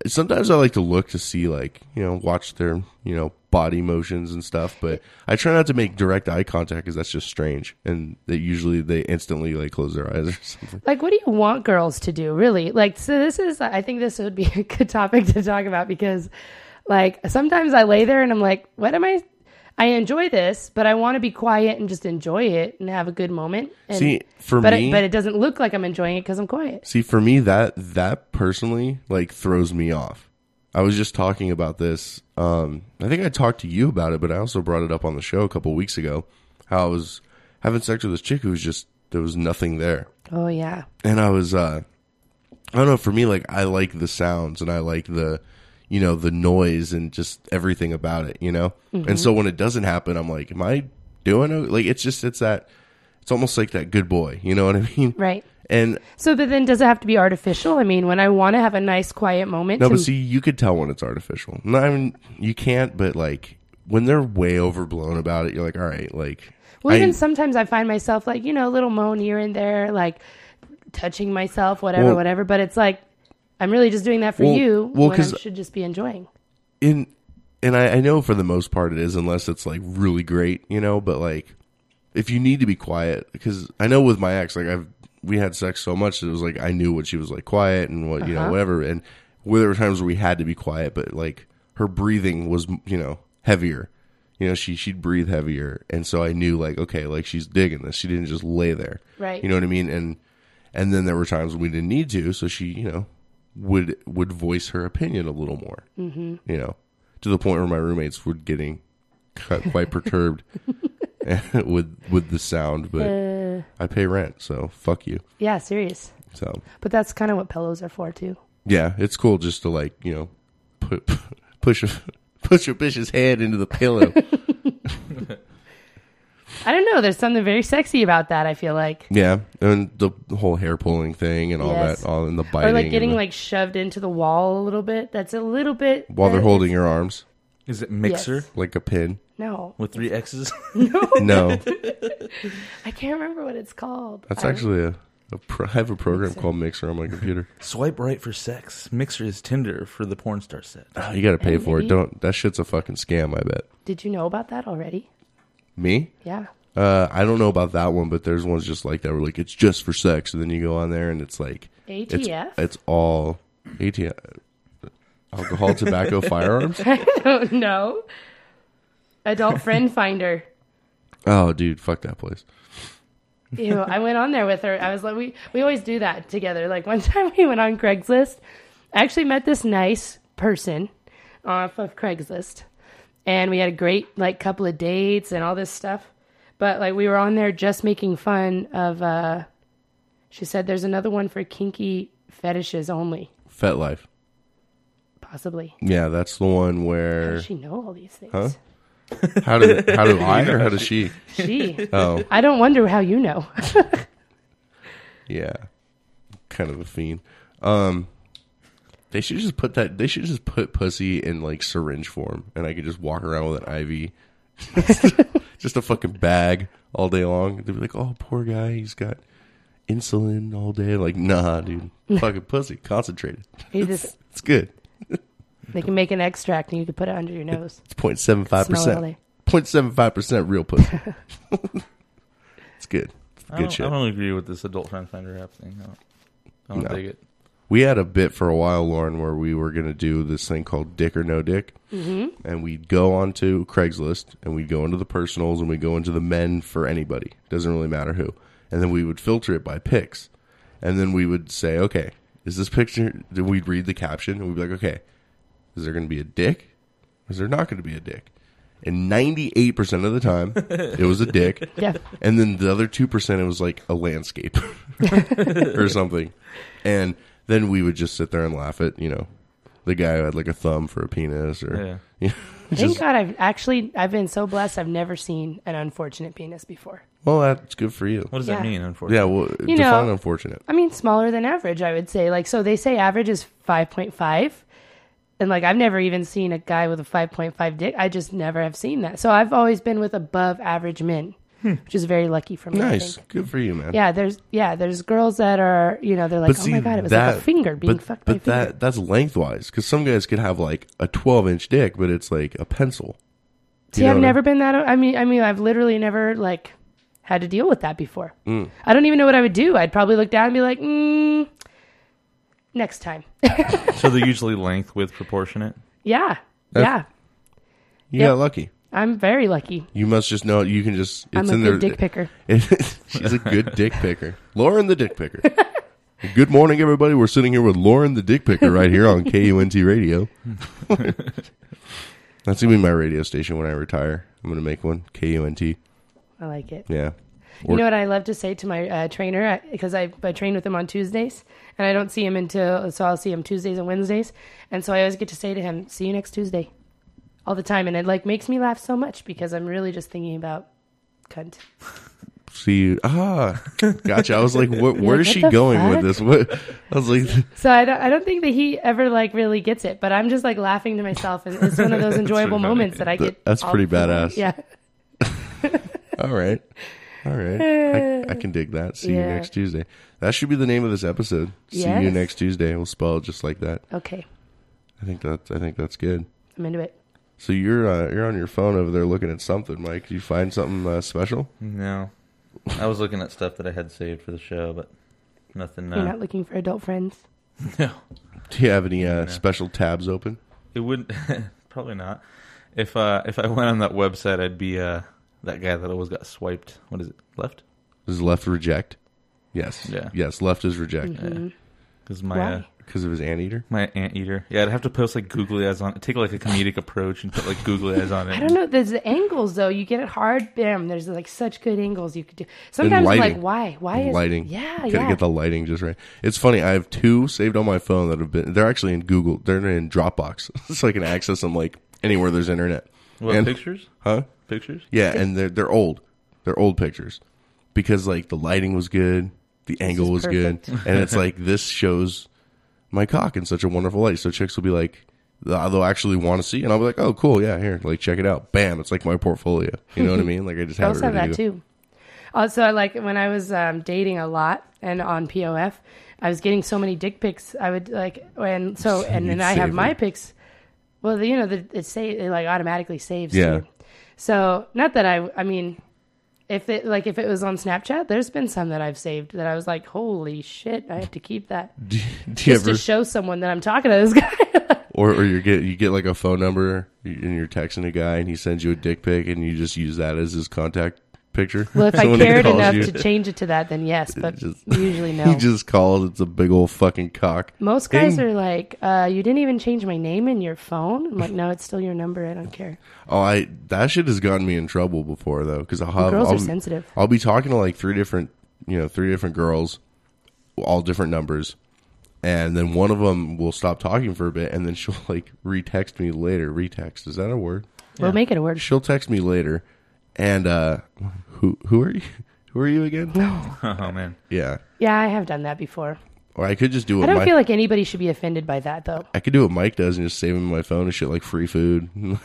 sometimes I like to look to see, like, you know, watch their, you know, body motions and stuff, but I try not to make direct eye contact because that's just strange. And they usually, they instantly, like, close their eyes or something. Like, what do you want girls to do, really? Like, so this is, I think this would be a good topic to talk about because, like, sometimes I lay there and I'm like, what am I? I enjoy this, but I want to be quiet and just enjoy it and have a good moment. And, See, for but me- it, but it doesn't look like I'm enjoying it because I'm quiet. See, for me, that, that personally, like, throws me off. I was just talking about this. Um, I think I talked to you about it, but I also brought it up on the show a couple weeks ago. How I was having sex with this chick who was just, there was nothing there. Oh yeah, and I was uh I don't know, for me like I like the sounds and I like the you know, the noise and just everything about it, you know? And so when it doesn't happen, I'm like, Am I doing it? Like it's just it's that it's almost like that good boy, you know what I mean? right. And So, but then does it have to be artificial? I mean, when I want to have a nice, quiet moment, no, to, but see, you could tell when it's artificial. No, I mean you can't, but like when they're way overblown about it, you're like, all right, like well, I- even sometimes I find myself like you know, a little moan here and there, like touching myself, whatever, Well- whatever. But it's like I'm really just doing that for Well- you. well, when I 'cause- should just be enjoying. in and I, I know for the most part it is unless it's like really great you know but like if you need to be quiet because i know with my ex like i've we had sex so much that it was like i knew what she was like quiet and what you know whatever and where there were times where we had to be quiet but like her breathing was you know heavier you know she she'd breathe heavier and so i knew like okay like she's digging this she didn't just lay there Right. you know what i mean and and then there were times when we didn't need to so she you know would would voice her opinion a little more mm-hmm. you know to the point where my roommates were getting cu- quite perturbed with with the sound but i pay rent so fuck you Yeah, serious. so But that's kind of what pillows are for too. yeah it's cool just to like you know pu- push a push a bitch's head into the pillow I don't know. There's something very sexy about that. I feel like, yeah and the whole hair pulling thing and all Yes. that all in the biting or like and getting the- like shoved into the wall a little bit. That's a little bit while they're that- holding your arms Is it Mixer Yes. like a pin No, with three X's? no I can't remember what it's called. that's I- actually a A pro- I have a program called Mixer on my computer. Swipe right for sex. Mixer is Tinder for the porn star set. Oh, you got to pay for it. Maybe. Don't that shit's a fucking scam. I bet. Did you know about that already? Me? Yeah. Uh, I don't know about that one, but there's ones just like that where like it's just for sex, and then you go on there and it's like it's, ATF? it's all ATF, alcohol, tobacco, firearms. no. Adult friend finder. Oh, dude, fuck that place. Ew, I went on there with her. I was like, we, we always do that together. Like one time we went on Craigslist. I actually met this nice person off of Craigslist, and we had a great like couple of dates and all this stuff. But like we were on there just making fun of. uh She said, "There's another one for kinky fetishes only, FetLife. possibly." Yeah, that's the one How where does she know all these things? how do how do I or how does she? She. Oh, I don't wonder how you know. yeah, kind of a fiend. Um, they should just put that. They should just put pussy in like syringe form, and I could just walk around with an IV, just a fucking bag all day long. They'd be like, "Oh, poor guy, he's got insulin all day." Like, nah, dude, fucking pussy, concentrated. You just It's good. they can make an extract and you can put it under your nose. It's 075 Smell it all percent. day. 075 percent real pussy. it's good. It's I good don't, shit. I don't agree with this adult friend finder app thing. I don't, I don't dig it. we had a bit for a while, Lauren, where we were going to do this thing called Dick or No Dick, mm-hmm. and we'd go onto Craigslist and we'd go into the personals and we'd go into the men for anybody, doesn't really matter who, and then we would filter it by pics, and then we would say, okay, is this picture? Then We'd read the caption and we'd be like, okay, is there going to be a dick? Is there not going to be a dick? And ninety eight percent of the time, it was a dick. Yeah. And then the other two percent, it was like a landscape or something. And then we would just sit there and laugh at you know the guy who had like a thumb for a penis or Thank God I've actually I've been so blessed I've never seen an unfortunate penis before. well that's good for you. What does that Yeah. mean? Unfortunately, Yeah, well, You define know- unfortunate. I mean smaller than average, I would say. Like so they say average is five point five. And like I've never even seen a guy with a five point five dick. I just never have seen that. So I've always been with above average men. Which is very lucky for me. I Hmm. Nice, think. good for you, man. Yeah, there's yeah, there's girls that are you know, they're like, Oh my god, it was like a finger being but, fucked by a but finger. that that's lengthwise because some guys could have like a twelve inch dick, but it's like a pencil. See, You know I've what I- never been that. I mean, I mean, I've literally never like had to deal with that before. Mm. I don't even know what I would do. I'd probably look down and be like, mm, next time. so they're usually length with proportionate. yeah, That's- yeah. You Yep. got lucky. I'm very lucky. You must just know you can just. It's I'm a in good there. dick picker. She's a good dick picker. Lauren the dick picker. good morning, everybody. We're sitting here with Lauren the dick picker right here on KUNT Radio. That's gonna be my radio station when I retire. I'm gonna make one KUNT. I like it. Yeah. You know what I love to say to my uh, trainer because I, I train with him on Tuesdays and I don't see him until so I'll see him Tuesdays and Wednesdays and so I always get to say to him, "See you next Tuesday," all the time and it like makes me laugh so much because I'm really just thinking about cunt. See you. Ah, gotcha. I was like, what, like, where is what she the going fuck? with this? What? I was like, So I don't, I don't think that he ever like really gets it, but I'm just like laughing to myself, and it's one of those enjoyable pretty funny. moments that I get. that's all pretty the time. badass. Yeah, All right. All right. I, I can dig that. See you Yeah. next Tuesday. That should be the name of this episode. See you Yes. next Tuesday. We'll spell it just like that. okay, I think that's I think that's good. I'm into it. So you're uh, you're on your phone over there looking at something, Mike. Did you find something uh, special? No, I was looking at stuff that I had saved for the show, but nothing. You're Uh, not looking for adult friends. no, Do you have any uh, special tabs open? it would probably not. If uh, if I went on that website, I'd be uh, that guy that always got swiped. What is it? Left? Is left reject? Yes. Yeah. Yes. Left is reject Because my Why? uh, because of his anteater. my anteater. Yeah, I'd have to post like googly eyes on it. Take like a comedic approach and put like googly eyes on it. I don't know. There's the angles though. You get it hard. Bam. There's like such good angles you could do. Sometimes I'm like, lighting. why? Why is lighting. Yeah, Gotta yeah. get the lighting just right. It's funny. I have two saved on my phone that have been. They're actually in Google. They're in Dropbox, so I can access them like anywhere there's internet. What And- pictures? Huh? Pictures? Yeah, and they're they're old. They're old pictures because like the lighting was good, the angle was is good, and it's like this shows my cock in such a wonderful light. So chicks will be like, they'll actually want to see, and I'll be like, oh cool, yeah, here, like check it out. Bam, it's like my portfolio. You know what I mean? Like I just have Girls it have ready that to go. too. Also, I like when I was um, dating a lot and on POF, I was getting so many dick pics. I would like, and so, and then you'd I have save my them. pics. Well, the, you know, the, it say it like automatically saves. to Yeah. you. So not that I, I mean, if it like if it was on Snapchat, there's been some that I've saved that I was like, holy shit, I have to keep that Do, do you just ever, to show someone that I'm talking to this guy. or or you get you get like a phone number and you're texting a guy and he sends you a dick pic and you just use that as his contact picture? well, if So I when he cared calls enough you, to change it to that, then yes, but just- usually no. he just called. It's a big old fucking cock. Most guys Ding. are like, uh, you didn't even change my name in your phone. I'm like, no, it's still your number. I don't care. Oh, I that shit has gotten me in trouble before though, because I'll have Girls I'll, are sensitive. I'll be talking to like three different, you know, three different girls, all different numbers, and then one of them will stop talking for a bit, and then she'll like retext me later. Retext is that a word? We'll make it a word. She'll text me later, and uh, who who are you? Who are you again? Oh man, yeah, Yeah, I have done that before. or I could just do I what don't Mike. feel like anybody should be offended by that, though. I could do what Mike does and just save him my phone and shit like free food.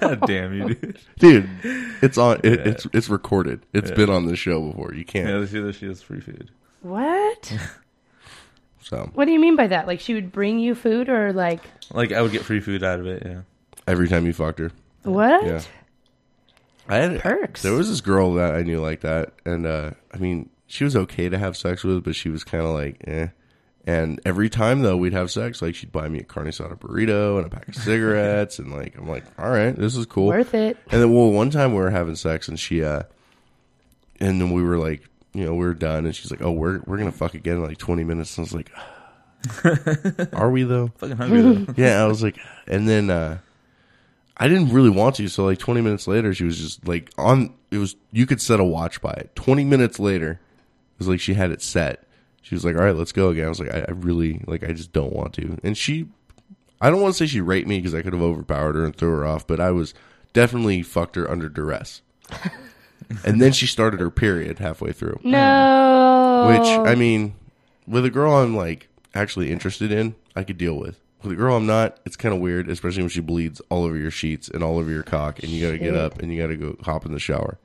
god damn you, dude. Dude, it's on. It, It's it's recorded. It's been on the show before. You can't. Yeah, this year she has free food. What? So what do you mean by that? Like, she would bring you food or, like, Like I would get free food out of it. Yeah. every time you fucked her, what? yeah. I had Perks. There was this girl that I knew like that, and uh, I mean, she was okay to have sex with, but she was kind of like, eh. And every time though, we'd have sex. Like she'd buy me a carne asada burrito and a pack of cigarettes, and like I'm like, all right, this is cool. Worth it. And then, well, one time we were having sex, and she, uh, and then we were like, you know, we were done, and she's like, oh, we're we're gonna fuck again in like 20 minutes, and I was like, are we though? Fucking hungry though. yeah, I was like, and then uh, I didn't really want to. So like twenty minutes later, she was just like on. It was you could set a watch by it. Twenty minutes later, it was like she had it set. She was like, "All right, let's go again." I was like, "I, I really like. I just don't want to." And she, I don't want to say she raped me because I could have overpowered her and threw her off, but I was definitely fucked her under duress. and then she started her period halfway through No. which I mean, with a girl I'm like actually interested in, I could deal with. With a girl I'm not, it's kind of weird, especially when she bleeds all over your sheets and all over your cock, and you got to get Shit. up and you got to go hop in the shower.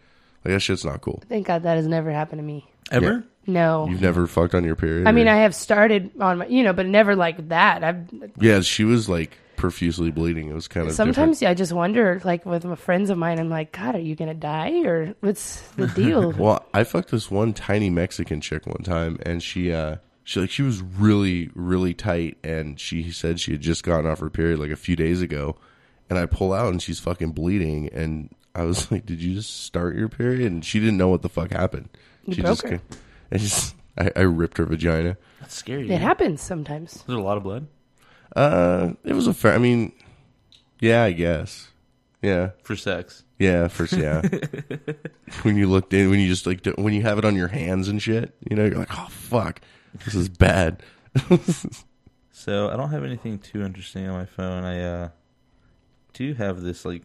Like that shit's not cool. Thank God that has never happened to me. Ever? No. You've never fucked on your period. I mean, or- I have started on my, you know, but never like that. I've yeah, she was like profusely bleeding. It was kind of sometimes I just wonder, like with my friends of mine, I'm like, God, are you gonna die or what's the deal? Well, I fucked this one tiny Mexican chick one time, and she uh she like she was really really tight, and she said she had just gotten off her period like a few days ago, and I pull out and she's fucking bleeding, and I was like, "Did you just start your period?" And she didn't know what the fuck happened. she broke just her. ca- I just I, I ripped her vagina. That's scary. It happens sometimes. There's a lot of blood Uh, it was a fair. I mean, yeah, I guess. Yeah, for sex. yeah, first, yeah. when you looked in, when you just like, do- when you have it on your hands and shit, you know, you're like, oh fuck, this is bad. So I don't have anything too interesting on my phone. I uh do have this like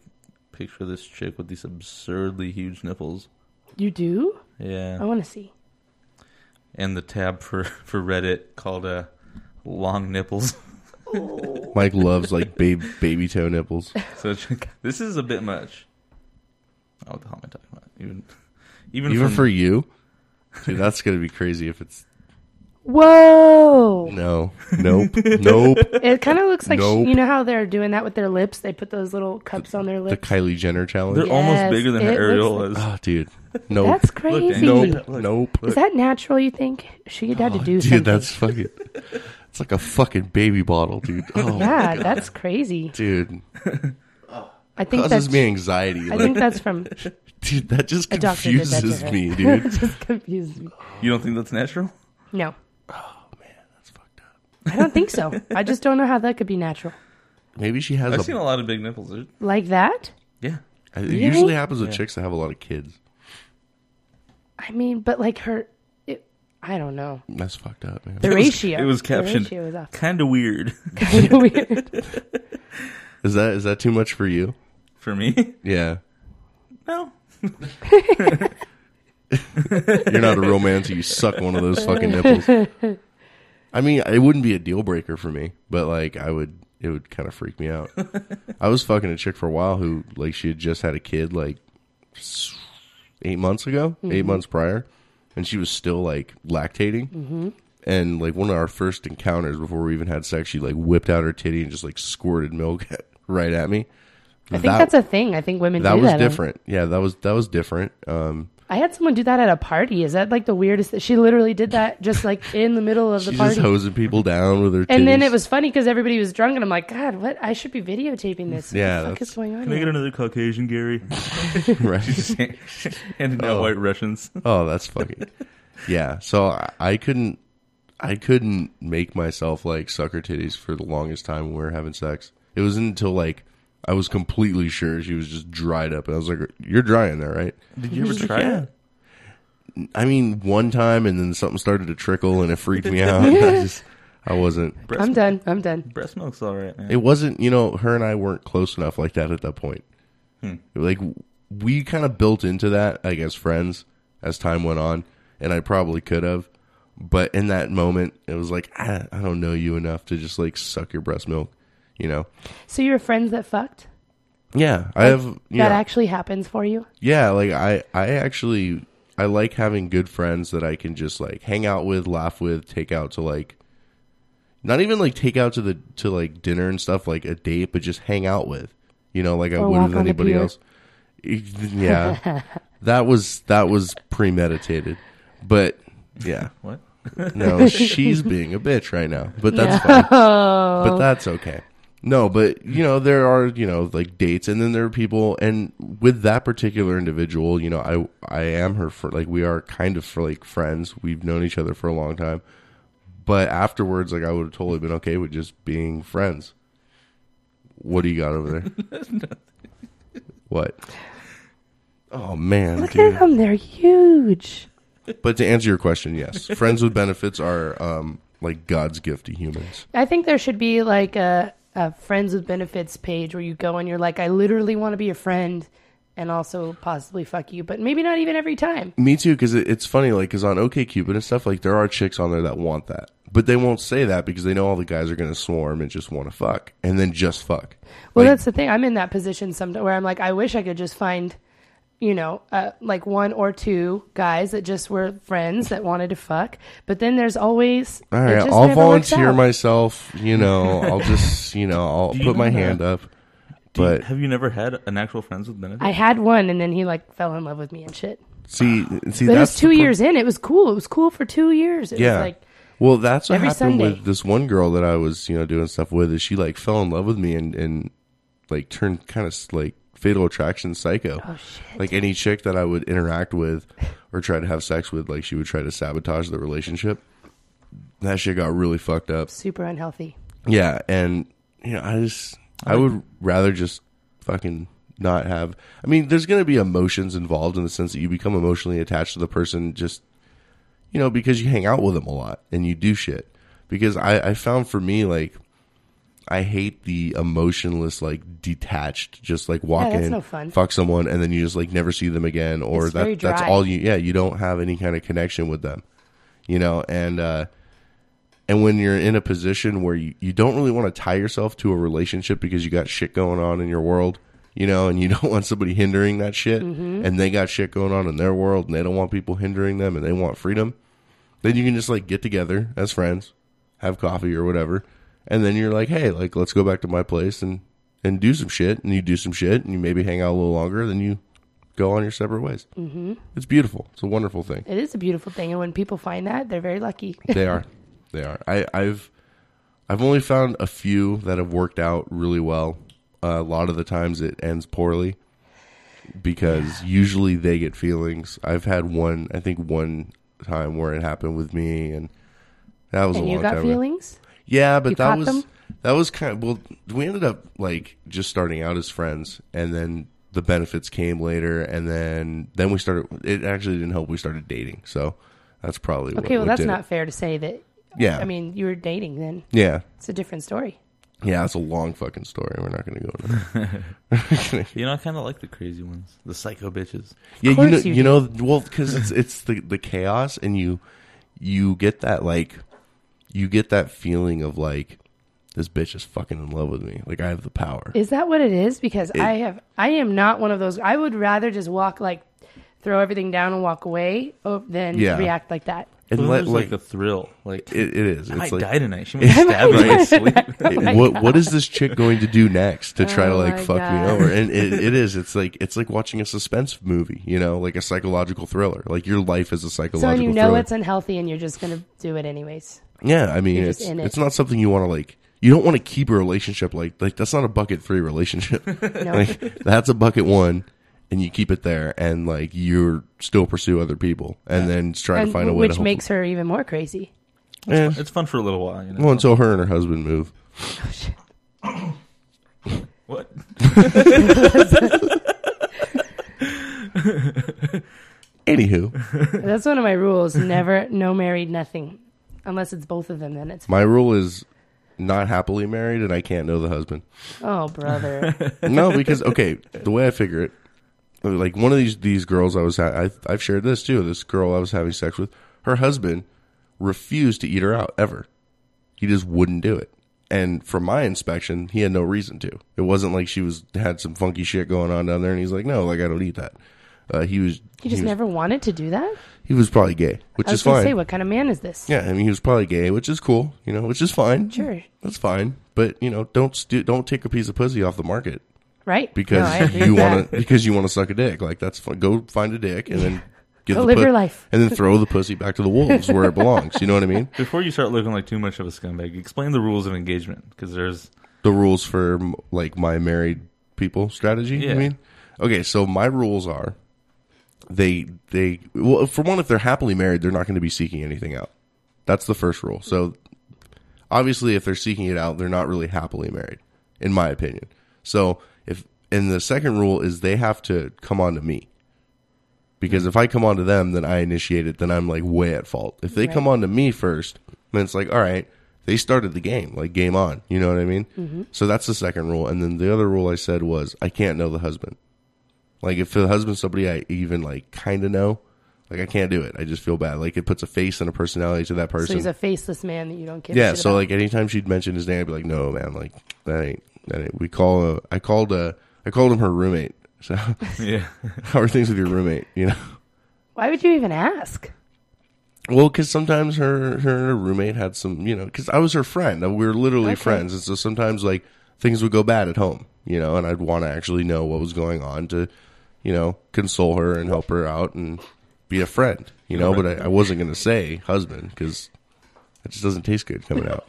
picture of this chick with these absurdly huge nipples. You do? I Yeah. want to see. And the tab for for Reddit called uh long nipples. Mike loves like babe, baby toe nipples. So check- this is a bit much. Oh, what the hell am I talking about? Even even, Even from- for you, dude, that's gonna be crazy if it's Whoa! no, nope, nope. It kind of looks like Nope. you know how they're doing that with their lips. They put those little cups on their The lips. Kylie Jenner they're challenge. almost Yes, bigger than her it areolas. looks Ah, dude, nope, That's Look, crazy. Daniel. nope, nope. Is that natural? You think she would have to do Oh, dude, something? that's fucking. It's like a fucking baby bottle, dude. Oh, yeah, that's crazy. dude, I think that's. causes me anxiety. I Like, think that's from dude, that just a doctor did that to confuses her. me, dude. It just confused me. You don't think that's natural? No. Oh man, that's fucked up. I don't think so. I just don't know how that could be natural. Maybe she has I've a seen a lot of big nipples. Dude. Like that? Yeah. It usually happens with chicks that have a lot of kids. I mean, but like her it, I don't know. That's fucked up, man. The ratio. It was the captioned ratio was off. kind of weird Kinda weird. Is that is that too much for you? for me. Yeah, No. you're not a romance. You suck one of those fucking nipples. I mean, it wouldn't be a deal breaker for me, but like I would, it would kind of freak me out. I was fucking a chick for a while who like she had just had a kid like s- eight months ago, Mm-hmm. eight months prior, and she was still like lactating. Mm-hmm. And like one of our first encounters before we even had sex, she like whipped out her titty and just like squirted milk right at me. I think that's a thing. I think women that do was that. different. Yeah, that was that was different. Um, I had someone do that at a party. Is that like the weirdest? She literally did that just like in the middle of the she's party. just hosing people down with her. and then titties. it was funny because everybody was drunk, and I'm like, God, what? I should be videotaping this. Yeah, what the fuck that's- is going on? Can I here? get another Caucasian, Gary? right. and no white Russians. Oh, that's fucking. yeah. So I, I couldn't, I couldn't make myself like sucker titties for the longest time when we were having sex. It was until like I was completely sure she was just dried up, and I was like, "You're dry in there, right?" Did you ever try it? I mean, one time, and then something started to trickle, and it freaked me out. I just, I wasn't. I'm done. I'm done. Breast milk's all right, man. It wasn't. You know, her and I weren't close enough like that at that point. Like we kind of built into that, like as friends, as time went on, and I probably could have, but in that moment, it was like "Ah, I, I don't know you enough to just like suck your breast milk, you know? So you were friends that fucked? Yeah, I have. You that know, actually happens for you? yeah, like I, I actually, I like having good friends that I can just like hang out with, laugh with, take out to like, not even like take out to the to like dinner and stuff, like a date, but just hang out with, you know, like I Or would walk with on the anybody pier. else. Yeah, that was that was premeditated, but yeah, What? no, she's being a bitch right now, but that's fine but that's okay. No, but you know there are you know like dates, and then there are people, and with that particular individual, you know I I am her for like we are kind of for like friends. We've known each other for a long time, but afterwards, like I would have totally been okay with just being friends. What do you got over there? what? Oh man, Look dude. at them. They're huge. But to answer your question, yes, friends with benefits are um like God's gift to humans. I think there should be like a, a friends with benefits page where you go and you're like, I literally want to be a friend and also possibly fuck you, but maybe not even every time. Me too, because it, it's funny, like, because on OKCupid and stuff, like, there are chicks on there that want that. But they won't say that because they know all the guys are going to swarm and just want to fuck. And then just fuck. Well, Like- that's the thing. I'm in that position sometimes where I'm like, I wish I could just find, you know, uh, like one or two guys that just were friends that wanted to fuck. But then there's always All it right, just I'll never works volunteer out. myself. You know, I'll just, you know, I'll you put my know that? hand up. Do you- But have you never had an actual friends with benefits? I had one, and then he like fell in love with me and shit. see, see, But it that's was the two pro- years in. It was cool. It was cool for two years. It Yeah. was like well, that's what every happened Sunday. with this one girl that I was, you know, doing stuff with. Is she like fell in love with me and and like turned kind of like fatal attraction psycho. oh shit. like any chick that I would interact with or try to have sex with, like she would try to sabotage the relationship. That shit got really fucked up. super unhealthy. Yeah, and you know, I just I would rather just fucking not have. I mean, there's going to be emotions involved in the sense that you become emotionally attached to the person just you know because you hang out with them a lot and you do shit. Because I I found for me like I hate the emotionless like detached just like walk Yeah, that's in no fun. fuck someone and then you just like never see them again or It's very that that's dry. all you yeah, you don't have any kind of connection with them. You know, and uh and when you're in a position where you, you don't really want to tie yourself to a relationship because you got shit going on in your world, you know, and you don't want somebody hindering that shit, Mm-hmm. and they got shit going on in their world, and they don't want people hindering them, and they want freedom, then you can just like get together as friends, have coffee or whatever, and then you're like, hey, like let's go back to my place and and do some shit, and you do some shit, and you maybe hang out a little longer, then you go on your separate ways. Mm-hmm. It's beautiful. It's a wonderful thing. It is a beautiful thing, and when people find that, they're very lucky. They are. They are. I, I've I've only found a few that have worked out really well. Uh, a lot of the times it ends poorly because usually they get feelings. I've had one, I think one time where it happened with me, and that was a and long you got time. ago. feelings? Yeah, but You that caught was them? that was kind of well. We ended up like just starting out as friends, and then the benefits came later, and then then we started. It actually didn't help. We started dating, so that's probably what- Okay, well what that's did it. not fair to say that. Yeah, I mean, you were dating then. yeah, It's a different story. yeah. It's a long fucking story. We're not going to go. Into you know, I kind of like the crazy ones, the psycho bitches. yeah, you know, course you, you know, well, because it's it's the the chaos, and you you get that like you get that feeling of like this bitch is fucking in love with me. Like I have the power. Is that what it is? Because I have, I am not one of those. I would rather just walk like, throw everything down and walk away oh, than Yeah. react like that. and Well, let there's, like, like, the thrill. Like it, it is. I It's might like die tonight. She might stab me in my sleep. it- what what is this chick going to do next to try to Oh like my fuck God. me over? And it, it is. It's like it's like watching a suspense movie. You know, like a psychological thriller. Like your life is a So psychological. when you know thriller. it's unhealthy and you're just gonna do it anyways. Yeah, I mean, You're it's just in it. it's not something you want to like. You don't want to keep a relationship like like that's not a bucket three relationship. like that's a bucket one, and you keep it there, and like you're still pursue other people, and then try to And find a way which to makes her even more crazy. help. Eh, It's fun for a little while. You know? well until her and her husband move. What? Anywho, That's one of my rules. Never, no married, nothing. Unless it's both of them, then it's my rule is not happily married, and I can't know the husband. oh brother. no, because okay, the way I figure it, like one of these these girls I was ha- I've, I've shared this too. This girl I was having sex with, her husband refused to eat her out ever. He just wouldn't do it. And from my inspection, he had no reason to. It wasn't like she was had some funky shit going on down there, and he's like, no, like I don't eat that. Uh, he was You was, just never wanted to do that. he was probably gay, which I was is gonna fine. say, what kind of man is this? Yeah, I mean, he was probably gay, which is cool, you know, which is fine. Sure. that's fine. But you know, don't stu- don't take a piece of pussy off the market Right? No, I because agree you with that. want to because you want to suck a dick. Like that's fun. go find a dick and then give Go the live your life. and then throw the pussy back to the wolves where it belongs. You know what I mean? Before you start looking like too much of a scumbag, explain the rules of engagement because there's The rules for m- like my married people strategy. You Yeah. mean? Okay, so my rules are they they well for one if they're happily married they're not going to be seeking anything out. That's the first rule. So obviously if they're seeking it out they're not really happily married in my opinion. So if and the second rule is they have to come on to me. Because if I come on to them, then I initiate it, then I'm like way at fault. If they come on to me first, then it's like, all right, they started the game, like game on. You know what I mean? Mm-hmm. So that's the second rule. And then the other rule I said was I can't know the husband. Like if the husband's somebody I even like kind of know, like I can't do it. I just feel bad. Like it puts a face and a personality to that person. So he's a faceless man that you don't give. a Yeah, shit so about. like anytime she'd mention his name, I'd be like, "No, man, like that ain't that ain't." We call. Uh, I called. Uh, I called him her roommate. So yeah. how are things with your roommate? You know. why would you even ask? Well, because sometimes her her and her roommate had some, you know, because I was her friend. We were literally Okay. friends, and so sometimes like things would go bad at home, you know, and I'd want to actually know what was going on to, you know, console her and help her out and be a friend, you know. But I, I wasn't going to say husband because it just doesn't taste good coming out.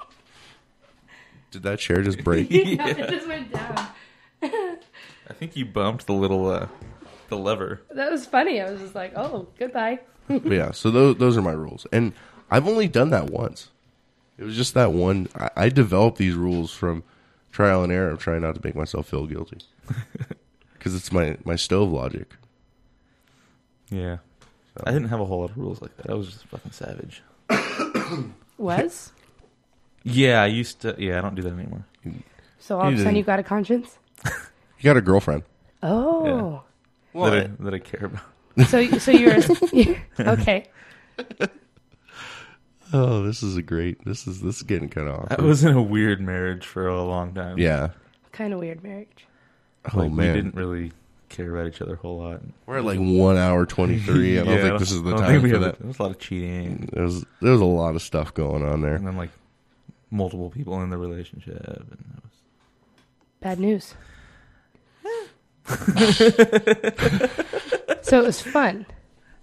Did that chair just break? it just went down. I think you bumped the little uh, the lever. That was funny. I was just like, oh, goodbye. But yeah, so those those are my rules, and I've only done that once. It was just that one. I, I developed these rules from trial and error of trying not to make myself feel guilty, because it's my my stove logic. Yeah. I didn't have a whole lot of rules like that. I was just fucking savage. Was Yeah, I used to. Yeah, I don't do that anymore. so all You of a sudden didn't- you got a conscience. You got a girlfriend? Oh, that, I, that I care about. so so you're okay. Oh, this is a great. This is this is getting kind of I awkward. was in a weird marriage for a long time. Oh. yeah. Kind of weird marriage. Oh Like, man, we didn't really care about each other a whole lot. we're at like one hour twenty three. I don't Yeah, think this is the I don't time think we for have- that. There was a lot of cheating, There's there's a lot of stuff going on there. and then like multiple people in the relationship. And that was Bad news. so it was fun.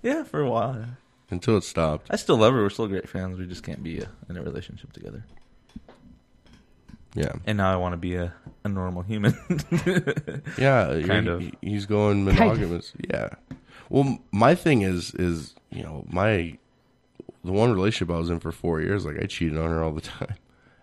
yeah, for a while. yeah. Until it stopped. I still love her. We're still great fans. We just can't be uh in a relationship together. Yeah. And now I want to be a, a normal human. Yeah, Kind he- of. he- He's going of. monogamous. Yeah. Well, m- my thing is, is you know, my the one relationship I was in for four years, like I cheated on her all the time,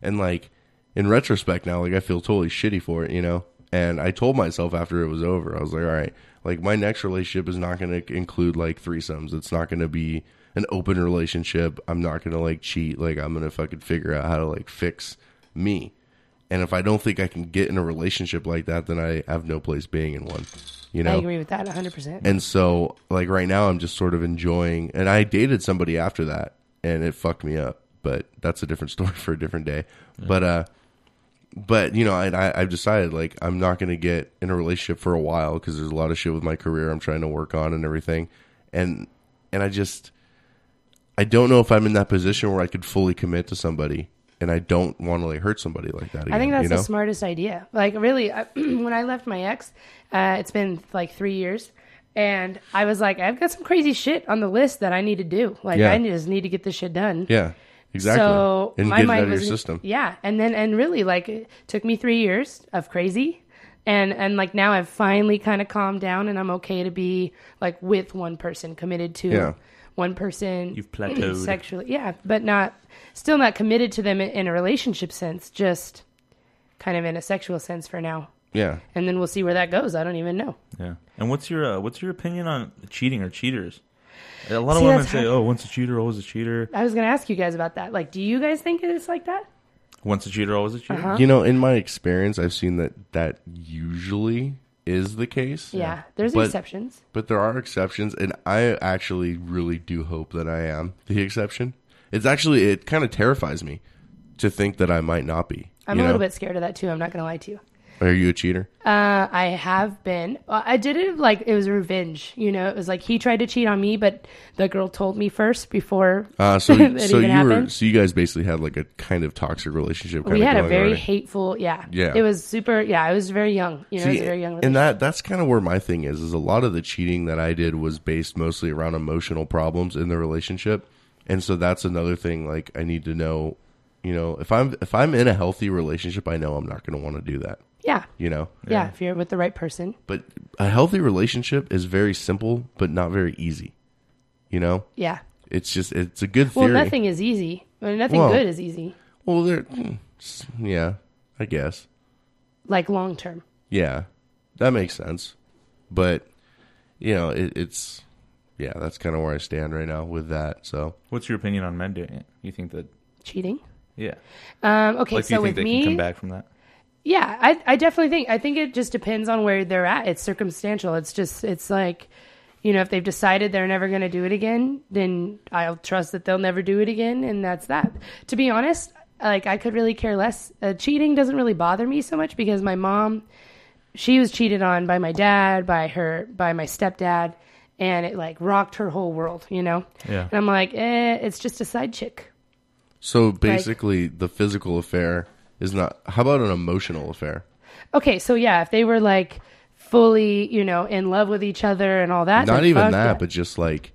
and like in retrospect now, like I feel totally shitty for it, you know. And I told myself after it was over, I was like, all right, like my next relationship is not going to include like threesomes. It's not going to be an open relationship. I'm not going to like cheat. Like I'm going to fucking figure out how to like fix me. And if I don't think I can get in a relationship like that, then I have no place being in one. You know, I agree with that 100. percent and so, like right now, I'm just sort of enjoying. And I dated somebody after that, and it fucked me up. But that's a different story for a different day. But uh, but you know, I, I I've decided like I'm not going to get in a relationship for a while because there's a lot of shit with my career I'm trying to work on and everything, and and I just I don't know if I'm in that position where I could fully commit to somebody, and I don't want to like hurt somebody like that. Again, I think that's you know? the smartest idea. Like, really, I, when I left my ex, uh, it's been like three years, and I was like, I've got some crazy shit on the list that I need to do. Like, Yeah. I just need to get this shit done. yeah, exactly. So and my get it mind out of your was- system. Yeah, and then and really, like, it took me three years of crazy, and and like now I've finally kind of calmed down, and I'm okay to be like with one person, committed to Yeah. one person. You've plateaued. sexually, yeah, but not still not committed to them in, in a relationship sense, just kind of in a sexual sense for now. Yeah, And then we'll see where that goes. I don't even know. Yeah. And what's your uh, what's your opinion on cheating or cheaters? A lot See, of women that's say, hard. "Oh, once a cheater, always a cheater. I was going to ask you guys about that. Like, do you guys think it is like that? Once a cheater, always a cheater." Uh-huh. you know, in my experience, I've seen that that usually is the case. Yeah, there's But- exceptions. But there are exceptions, and I actually really do hope that I am the exception. It's actually it kind of terrifies me to think that I might not be. I'm you a little know? bit scared of that too. I'm not going to lie to you. Are you a cheater? Uh, I have been. Uh, I did it like it was revenge. You know, it was like he tried to cheat on me, but the girl told me first before Uh, so that so you even were happened. so you guys basically had like a kind of toxic relationship. Kind we of had a going very already. hateful. Yeah, Yeah. It was super. Yeah, I was very young. You know, it was a very young. and relationship. that that's kind of where my thing is. Is a lot of the cheating that I did was based mostly around emotional problems in the relationship, and so that's another thing. Like I need to know, you know, if I'm if I'm in a healthy relationship, I know I'm not going to want to do that. yeah. You know, yeah, If you're with the right person, but a healthy relationship is very simple, but not very easy. You know, yeah. it's just it's a good Well, theory. nothing is easy. I mean, nothing Well- good is easy. Well, there, mm, s- yeah, I guess. Like long term. Yeah, that makes sense. But you know, it, it's yeah, that's kind of where I stand right now with that. So What's your opinion on men doing it? You think that? Cheating. Yeah. Um, okay, Like, do so you think with they me, can come back from that? Yeah, I, I definitely think I think it just depends on where they're at. It's circumstantial. It's just it's like, you know, if they've decided they're never going to do it again, then I'll trust that they'll never do it again, and that's that. To be honest, like I could really care less. Uh, cheating doesn't really bother me so much because my mom, she was cheated on by my dad, by her, by my stepdad, and it like rocked her whole world, you know. Yeah. And I'm like, eh, it's just a side chick. so basically, the physical affair is not. How about an emotional affair? Okay, so yeah, if they were like fully, you know, in love with each other and all that, not then even fuck that, yeah. but just like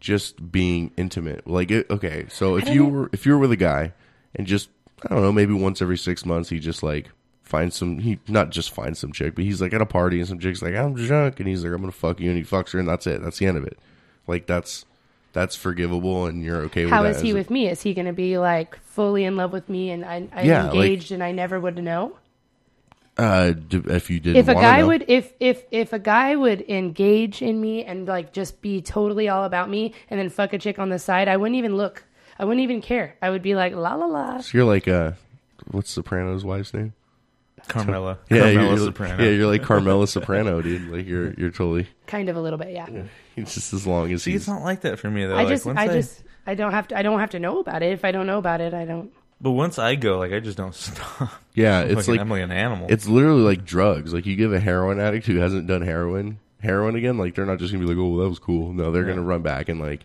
just being intimate. Like it, okay, so if you were if you were with a guy and just I don't know, maybe once every six months he just like finds some he not just finds some chick, but he's like at a party and some chick's like, I'm drunk and he's like, I'm gonna fuck you and he fucks her and that's it. That's the end of it. Like that's that's forgivable and you're okay how with that. is he it- with me? Is he going to be like fully in love with me and I, I'm Yeah, like- engaged and I never would know? uh d- if you didn't If a wanna guy know. would, if if if a guy would engage in me and like just be totally all about me and then fuck a chick on the side, I wouldn't even look. I wouldn't even care. I would be like la la la. So you're like uh what's Soprano's wife's name? Carmela. you're, Carmela you're- Soprano. Yeah, you're like Carmela Soprano, dude. Like you're you're totally Kind of a little bit, yeah. he's just as long as See, he's it's not like that for me though. I Like, just, once I just, I don't have to. I don't have to know about it. If I don't know about it, I don't. But once I go, like, I just don't stop. Yeah, It's it's like, like I'm like an animal. it's literally like drugs. Like you give a heroin addict who hasn't done heroin heroin again, like they're not just gonna be like, "Oh, that was cool." No, they're gonna run back and like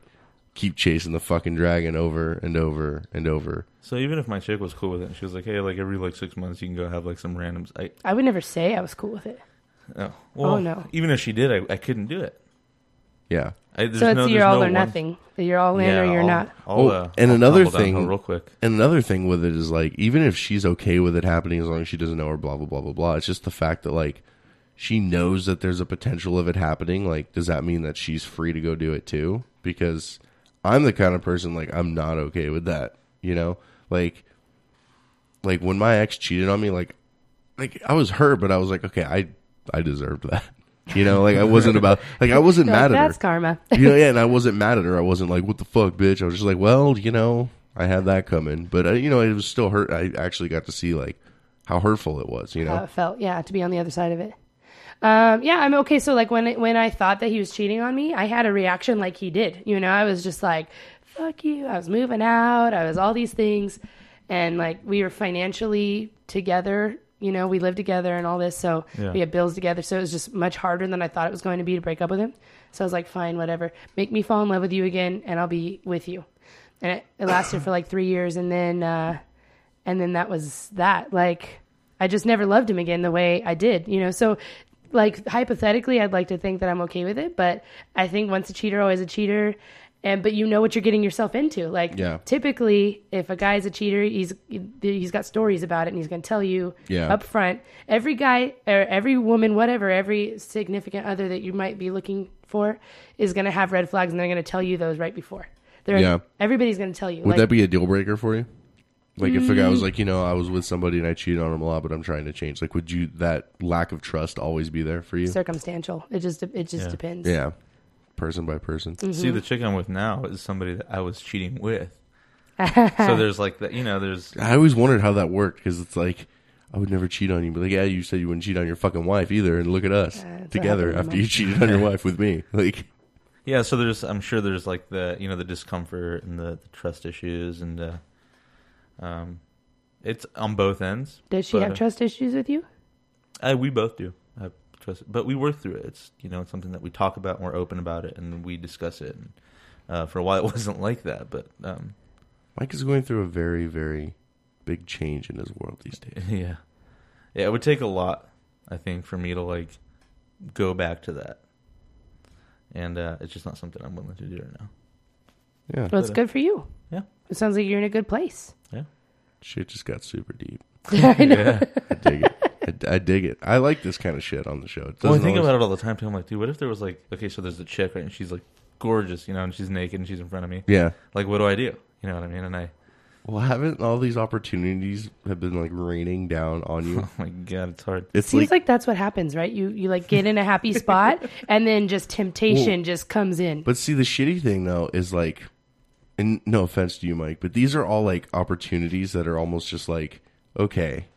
keep chasing the fucking dragon over and over and over. so even if my chick was cool with it, she was like, "Hey, like every like six months, you can go have like some randoms." I I would never say I was cool with it. oh, well, Oh, no. Even if she did, I, I couldn't do it. Yeah. I, there's So it's no, you're there's all no or one- nothing. You're all in Yeah, or you're I'll- not. I'll, Oh, uh, and I'll another tumble down thing- hill real quick. And another thing with it is like, even if she's okay with it happening, as long as she doesn't know or blah blah blah blah blah, it's just the fact that like she knows that there's a potential of it happening. Like, does that mean that she's free to go do it too? Because I'm the kind of person like I'm not okay with that. You know, like like when my ex cheated on me, like like I was hurt, but I was like, okay, I I deserved that. You know, like I wasn't about like I wasn't Like, mad at her That's karma. you know, yeah, and I wasn't mad at her. I wasn't like, "What the fuck, bitch." I was just like, "Well, you know, I had that coming," but uh, you know, it was still hurt. I actually got to see like how hurtful it was. You know, how it felt. Yeah, to be on the other side of it. Um, yeah, I'm okay. So like when when I thought that he was cheating on me, I had a reaction like he did. You know, I was just like, "Fuck you!" I was moving out. I was all these things, and like we were financially together. You know, we lived together and all this, so Yeah. we had bills together. So it was just much harder than I thought it was going to be to break up with him. So I was like, fine, whatever. Make me fall in love with you again, and I'll be with you. And it, it lasted for like three years, and then, uh, and then that was that. Like, I just never loved him again the way I did. You know, so like hypothetically, I'd like to think that I'm okay with it, but I think once a cheater, always a cheater. And but you know what you're getting yourself into. Like Yeah. typically, if a guy's a cheater, he's he's got stories about it, and he's going to tell you Yeah. up front. Every guy or every woman, whatever, every significant other that you might be looking for is going to have red flags, and they're going to tell you those right before. They're, Yeah. everybody's going to tell you. Would like, Mm. that be a deal breaker for you? Like if a guy was like, you know, I was with somebody and I cheated on him a lot, but I'm trying to change. Like, would you that lack of trust always be there for you? circumstantial? It just it just depends. yeah, person by person. See, Mm-hmm. the chick I'm with now is somebody that I was cheating with. so there's like that, you know, there's I always wondered how that worked because it's like I would never cheat on you, but like, yeah, you said you wouldn't cheat on your fucking wife either, and look at us together happened to after me. you cheated on your wife with me. Like, yeah, so there's I'm sure there's like the you know the discomfort and the, the trust issues and uh, um, it's on both ends. Does she but, have uh, trust issues with you? I, we both do. I trust, but we work through it. It's you know it's something that we talk about. and We're open about it, and we discuss it. And, uh, for a while, it wasn't like that, but um, Mike is going through a very, very big change in his world these days. yeah, yeah, it would take a lot, I think, for me to like go back to that, and uh, it's just not something I'm willing to do right now. Yeah, Well, it's good for you. uh, Yeah. It sounds like you're in a good place. shit just got super deep. I know. Yeah. I dig it. I, I dig it. I like this kind of shit on the show. It Well, I doesn't think always- about it all the time too. I'm like, dude, what if there was like, okay, so there's a chick, right, and she's like gorgeous, you know, and she's naked and she's in front of me. Yeah. Like, what do I do? You know what I mean? And I, Well, haven't all these opportunities have been like raining down on you? oh my god, it's hard. It's Seems like, like, that's what happens, right? You you like get in a happy spot and then just temptation just comes in. but see, the shitty thing though is like, and no offense to you, Mike, but these are all like opportunities that are almost just like, okay,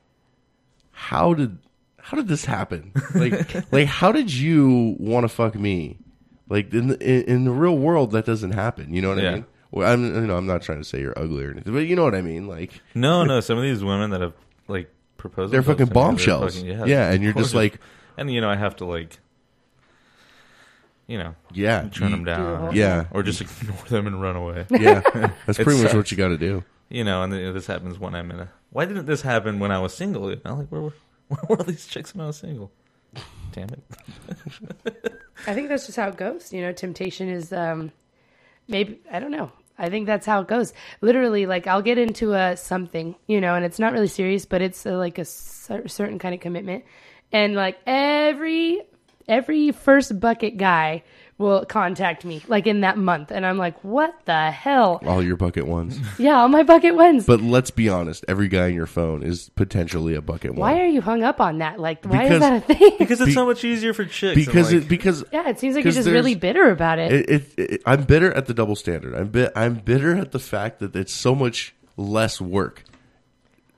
how did how did this happen? Like, like how did you want to fuck me? Like in the, in, in the real world, that doesn't happen. You know what I Yeah. mean? Well, I'm you know I'm not trying to say you're ugly or anything, but you know what I mean. Like No, no, some of these women that have like proposed, they're themselves fucking to me, they're bombshells. fucking- yeah, they're and you're just gorgeous. like, and you know, I have to like, you know, yeah, turn you- them down, Yeah. or just ignore them and run away. Yeah, that's pretty much sucks. what you got to do. you know, and then, you know, this happens when I'm in a. Why didn't this happen when I was single? You know, like where were where were all these chicks when I was single? Damn it. I think that's just how it goes. You know, temptation is um maybe I don't know. I think that's how it goes. Literally, like I'll get into a something, you know, and it's not really serious, but it's uh like a cer- certain kind of commitment, and like every every first bucket guy will contact me like in that month, and I'm like, what the hell? All your bucket ones. Yeah, all my bucket wins. But let's be honest, every guy in your phone is potentially a bucket one. why are you hung up on that? Like, why Because- is that a thing? Because it's Be- so much easier for chicks. and, because like, it because yeah, it seems like you're 'Cause just really there's- bitter about it. it, it, it- I'm bitter at the double standard. I'm bit I'm bitter at the fact that it's so much less work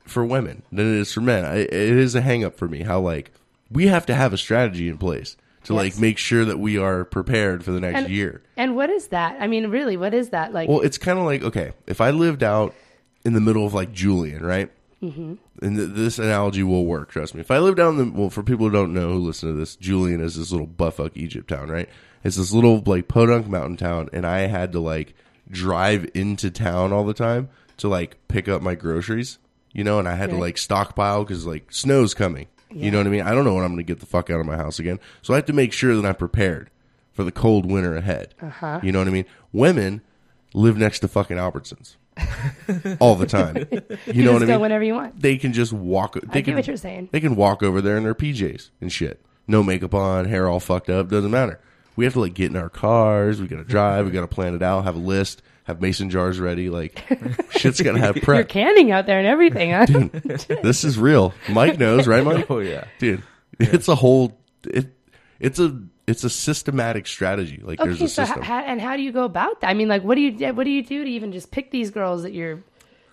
for women than it is for men. I, it is a hang up for me how like we have to have a strategy in place to like make sure that we are prepared for the next And- year. and what is that? I mean, really, what is that? Like, Well, it's kind of like okay, if I lived out in the middle of like Julian, right? Mm-hmm. And th- this analogy will work. Trust me. If I lived out in the well, for people who don't know who listen to this, Julian is this little buffuck Egypt town, right? It's this little like podunk mountain town, and I had to like drive into town all the time to like pick up my groceries, you know, and I had to like stockpile because like snow's coming. You know what I mean? I don't know when I'm going to get the fuck out of my house again, so I have to make sure that I'm prepared for the cold winter ahead. Uh-huh. You know what I mean? Women live next to fucking Albertsons all the time. You know just what I go mean? whenever you want. they can just walk. They get can, what you're saying. They can walk over there in their PJs and shit. No makeup on, hair all fucked up. Doesn't matter. We have to like get in our cars. We got to drive. we got to plan it out. Have a list. Have mason jars ready. Like shit's gotta have You're prep. canning out there and everything, huh? This is real. Mike knows, right, Mike? oh yeah. Dude, it's a whole. It, it's a it's a systematic strategy. Like there's okay, a so system. ho- how, and how do you go about that? I mean, like, what do you what do you do to even just pick these girls that you're?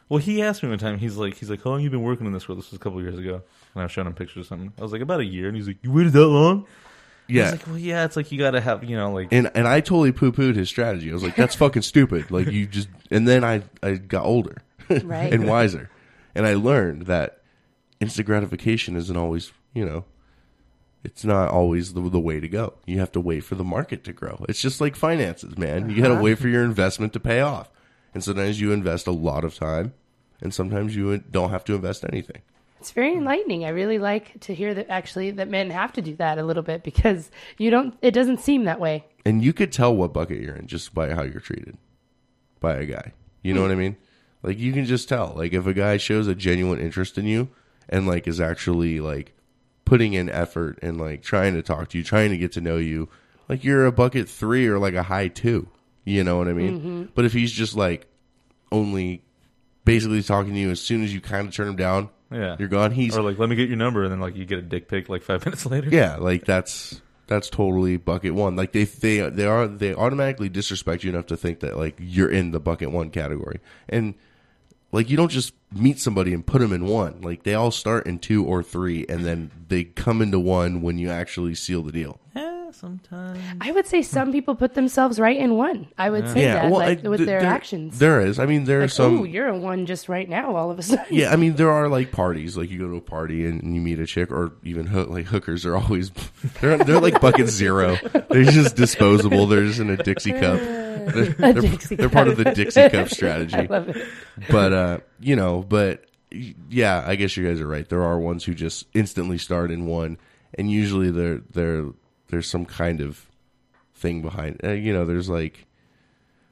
Well, he asked me one time. He's like, he's like, how long you been working in this world? This was a couple years ago, and I was showing him pictures of something. I was like, about a year, and he's like, you waited that long? I yeah, was like, well, yeah. It's like you got to have, you know, like and and I totally poo pooed his strategy. I was like, "That's fucking stupid." Like you just, and then I I got older, Right. and wiser, And I learned that instant gratification isn't always, you know, it's not always the, the way to go. You have to wait for the market to grow. It's just like finances, man. You got to wait for your investment to pay off. And sometimes you invest a lot of time, and sometimes you don't have to invest anything. It's very Hmm. enlightening. I really like to hear that actually that men have to do that a little bit because you don't. It doesn't seem that way. and you could tell what bucket you're in just by how you're treated by a guy. You know what I mean? Like you can just tell. Like if a guy shows a genuine interest in you and like is actually like putting in effort and like trying to talk to you, trying to get to know you, like you're a bucket 3 or like a high 2. You know what I mean? But if he's just like only basically talking to you as soon as you kind of turn him down, Yeah. you're gone. He's Or like, let me get your number, and then like you get a dick pic like five minutes later. yeah, like that's that's totally bucket one. Like they they they are they automatically disrespect you enough to think that like you're in the bucket one category, and like you don't just meet somebody and put them in one. Like they all start in two or three, and then they come into one when you actually seal the deal. Eh, sometimes. I would say Hmm. some people put themselves right in one. I would say that like, I- with th- their there- actions. There is. I mean, there are like, some. oh, you're a one just right now. All of a sudden, yeah, I mean, there are like parties. Like you go to a party and, and you meet a chick, or even ho- like hookers are always they're they're like bucket zero. They're just disposable. They're just in a Dixie cup. They're, they're- Dixie they're part of cup. the Dixie cup I strategy. love it. But uh, you know, but y- yeah, I guess you guys are right. There are ones who just instantly start in one, and usually there there there's some kind of thing behind. Uh, you know, there's like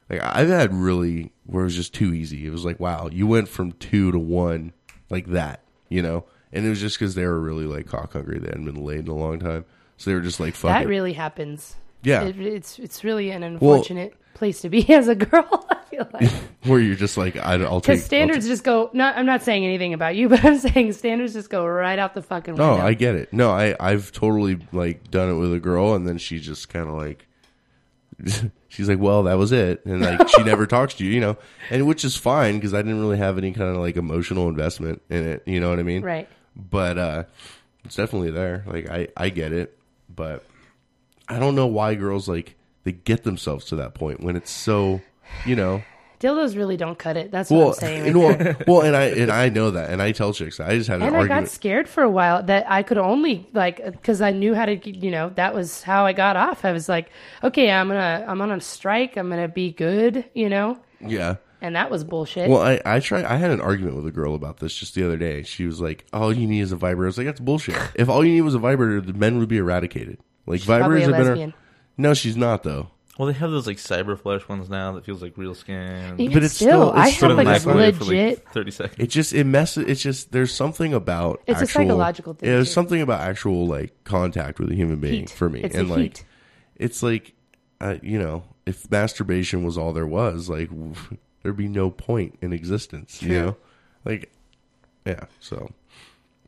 like I've had really where it was just too easy. It was like, wow, you went from two to one like that, you know. And it was just because they were really like cock hungry. They hadn't been laid in a long time, so they were just like, fuck That it. really happens. Yeah. it, it's it's really an Well- unfortunate place to be as a girl. I feel like where you're just like, I, I'll take I'll because standards just go. Not, I'm not saying anything about you, but I'm saying standards just go right out the fucking window. No, Oh, I get it. No, I I've totally like done it with a girl, and then she just kind of like. She's like, well, that was it, and like she never talks to you, you know, and which is fine because I didn't really have any kind of like emotional investment in it, you know what I mean? right. But uh, it's definitely there. Like I I get it, but I don't know why girls like they get themselves to that point when it's so, you know, Dildos really don't cut it. That's what well, I'm saying. and well, well, and I and I know that, and I tell chicks, I just had an and I argument. got scared for a while that I could only like because I knew how to you know that was how I got off. I was like, okay, I'm gonna I'm on a strike. I'm gonna be good, you know. yeah. And that was bullshit. Well, I, I tried. I had an argument with a girl about this just the other day. She was like, "All you need is a vibrator." I was like, "That's bullshit. If all you need was a vibrator, the men would be eradicated. Like vibrators probably a have been. lesbian. no, she's not though. Well, they have those like cyber flesh ones now that feels like real skin. Even but it's still, still- I it's still have a like microwave for legit. like thirty seconds. It just it messes. It's just there's something about It's a actual- psychological thing, yeah, There's too. something about actual like contact with a human being Heat. for me, It's and the like heat. it's like, uh, you know, if masturbation was all there was, like there'd be no point in existence. You know, like yeah. So,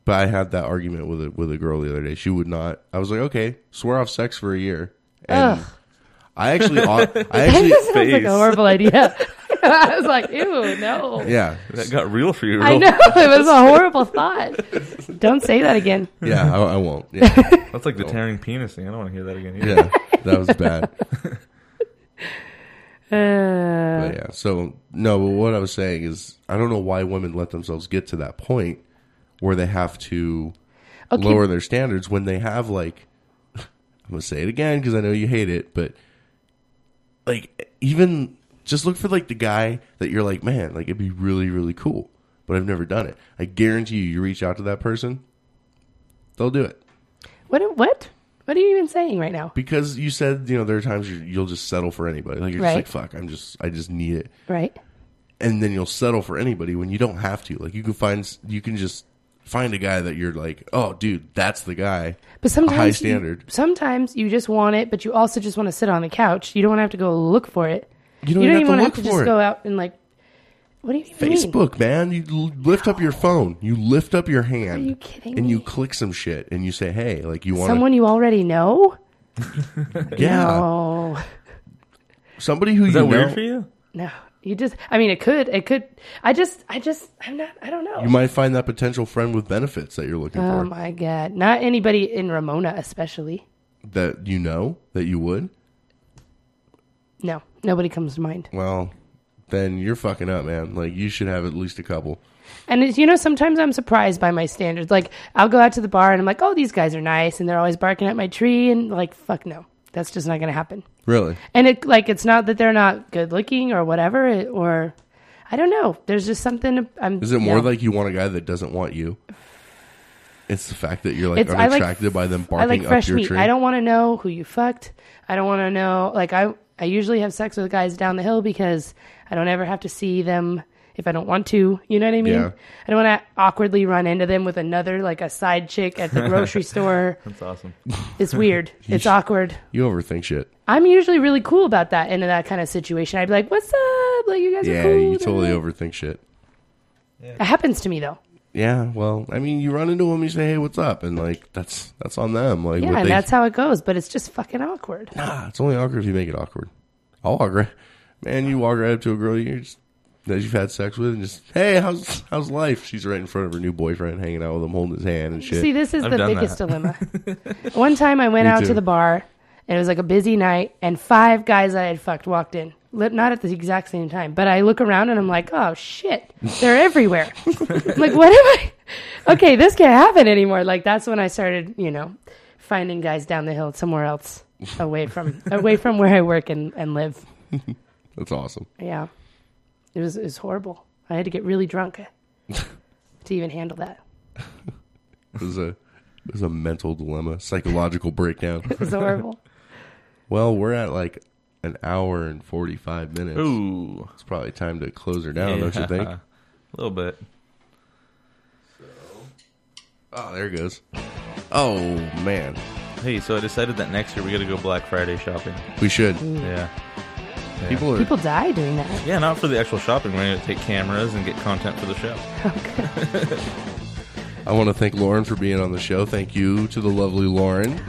but I had that argument with a with a girl the other day. She would not. I was like, okay, swear off sex for a year, and Ugh. I actually, I actually, that sounds like face. a horrible idea. I was like, ew, no. yeah, that got real for you. I know it was a horrible thought. Don't say that again. yeah. I, I won't. Yeah. That's like the tearing penis thing. I don't want to hear that again. Either. yeah, that was bad. Uh, But yeah, so no, but what I was saying is I don't know why women let themselves get to that point where they have to Okay. lower their standards when they have like I'm gonna say it again because I know you hate it, but like even just look for like the guy that you're like, man, like it'd be really really cool, but I've never done it. I guarantee you, you reach out to that person, they'll do it what? What? What are you even saying right now? because you said you know there are times you you'll just settle for anybody. Like you're Right. just like fuck, I'm just I just need it. Right. and then you'll settle for anybody when you don't have to. Like you can find, you can just find a guy that you're like, oh, dude, that's the guy. But sometimes high you- standard. sometimes you just want it, but you also just want to sit on the couch. You don't want to have to go look for it. You don't, you even don't even want to have have to to look for just it. go out and like. What do you even mean? Facebook, man, you l- lift up your phone, you lift up your hand, you kidding and you me? click some shit, and you say, hey, like you want Someone you already know? yeah, Oh somebody who you Is that know, weird for you? no! You just. I mean, it could. It could. I just. I just. I'm not. I don't know. you might find that potential friend with benefits that you're looking oh for my god! Not anybody in Ramona, especially. that you know that you would. No, nobody comes to mind. Well, then you're fucking up, man. Like you should have at least a couple. And it's, you know, sometimes I'm surprised by my standards. Like, I'll go out to the bar and I'm like, oh, these guys are nice, and they're always barking at my tree, and like, fuck no, that's just not going to happen. Really? And it like, it's not that they're not good looking or whatever, it, or I don't know. There's just something. I'm, Is it more yeah. like you want a guy that doesn't want you? It's the fact that you're like It's- I like- unattracted by them I like barking up fresh your meat. tree. I don't want to know who you fucked. I don't want to know. Like, I I usually have sex with guys down the hill because I don't ever have to see them if I don't want to. You know what I mean? Yeah. I don't want to awkwardly run into them with another like a side chick at the grocery store. That's awesome. It's weird. it's awkward. you overthink shit. I'm usually really cool about that in that kind of situation. I'd be like, "What's up? Like you guys Yeah, are cool." you da, totally da, da." overthink shit. It happens to me though. Yeah, well, I mean, you run into them, you say, "Hey, what's up?" and like that's that's on them. Like, Yeah, what and they, that's how it goes. But it's just fucking awkward. nah, it's only awkward if you make it awkward. I'll walk right, man. You walk right up to a girl you just that you've had sex with, and just, "Hey, how's how's life?" She's right in front of her new boyfriend, hanging out with him, holding his hand and shit. See, this is I've the done biggest that. dilemma. One time I went Me out too. to the bar and it was like a busy night and five guys that I had fucked walked in. Li- Not at the exact same time, but I look around and I'm like, oh shit, they're everywhere. I'm like, what am I? Okay, this can't happen anymore. Like, that's when I started, you know, finding guys down the hill somewhere else away from away from where I work and, and live. That's awesome. Yeah. It was, it was horrible. I had to get really drunk to even handle that. It was a it was a mental dilemma, psychological breakdown. It was horrible. Well, we're at like an hour and forty five minutes. Ooh, It's probably time to close her down, don't you think? Yeah. a little bit. Oh, there it goes. Oh man, Hey, so I decided that next year we got to go Black Friday shopping. we should. Yeah. People are People die doing that. Yeah, not for the actual shopping. We're gonna take cameras and get content for the show. Oh, I want to thank Lauren for being on the show. Thank you to the lovely Lauren.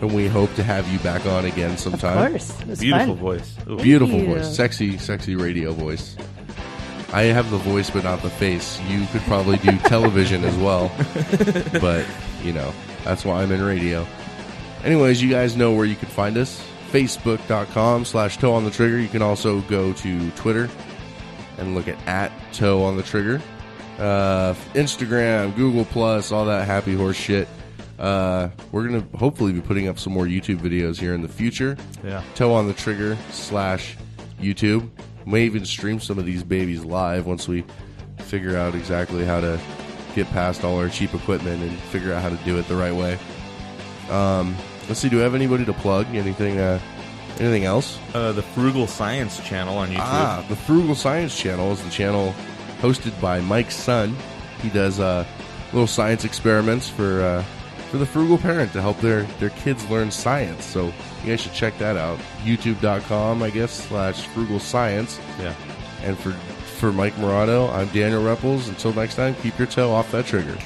And we hope to have you back on again Of sometime. course. It was Beautiful fun. voice. Ooh. Beautiful Thank you. voice. Sexy, sexy radio voice. I have the voice but not the face. You could probably do television as well. But, you know, that's why I'm in radio. Anyways, you guys know where you can find us. Facebook.com slash toe on the trigger. You can also go to Twitter and look at at toe on the trigger. Uh, Instagram, Google Plus, all that happy horse shit. Uh, we're gonna hopefully be putting up some more YouTube videos here in the future. Yeah. Toe on the trigger slash YouTube. May even stream some of these babies live once we figure out exactly how to get past all our cheap equipment and figure out how to do it the right way. Um, let's see. Do we have anybody to plug? Anything? Uh, anything else? Uh, the Frugal Science channel on YouTube. Ah, the Frugal Science Channel is the channel hosted by Mike's son. He does uh, little science experiments for uh, for the frugal parent to help their their kids learn science. So you guys should check that out. YouTube.com, I guess, slash Frugal Science. Yeah. And for for Mike Morano, I'm Daniel Repples. Until next time, keep your toe off that trigger.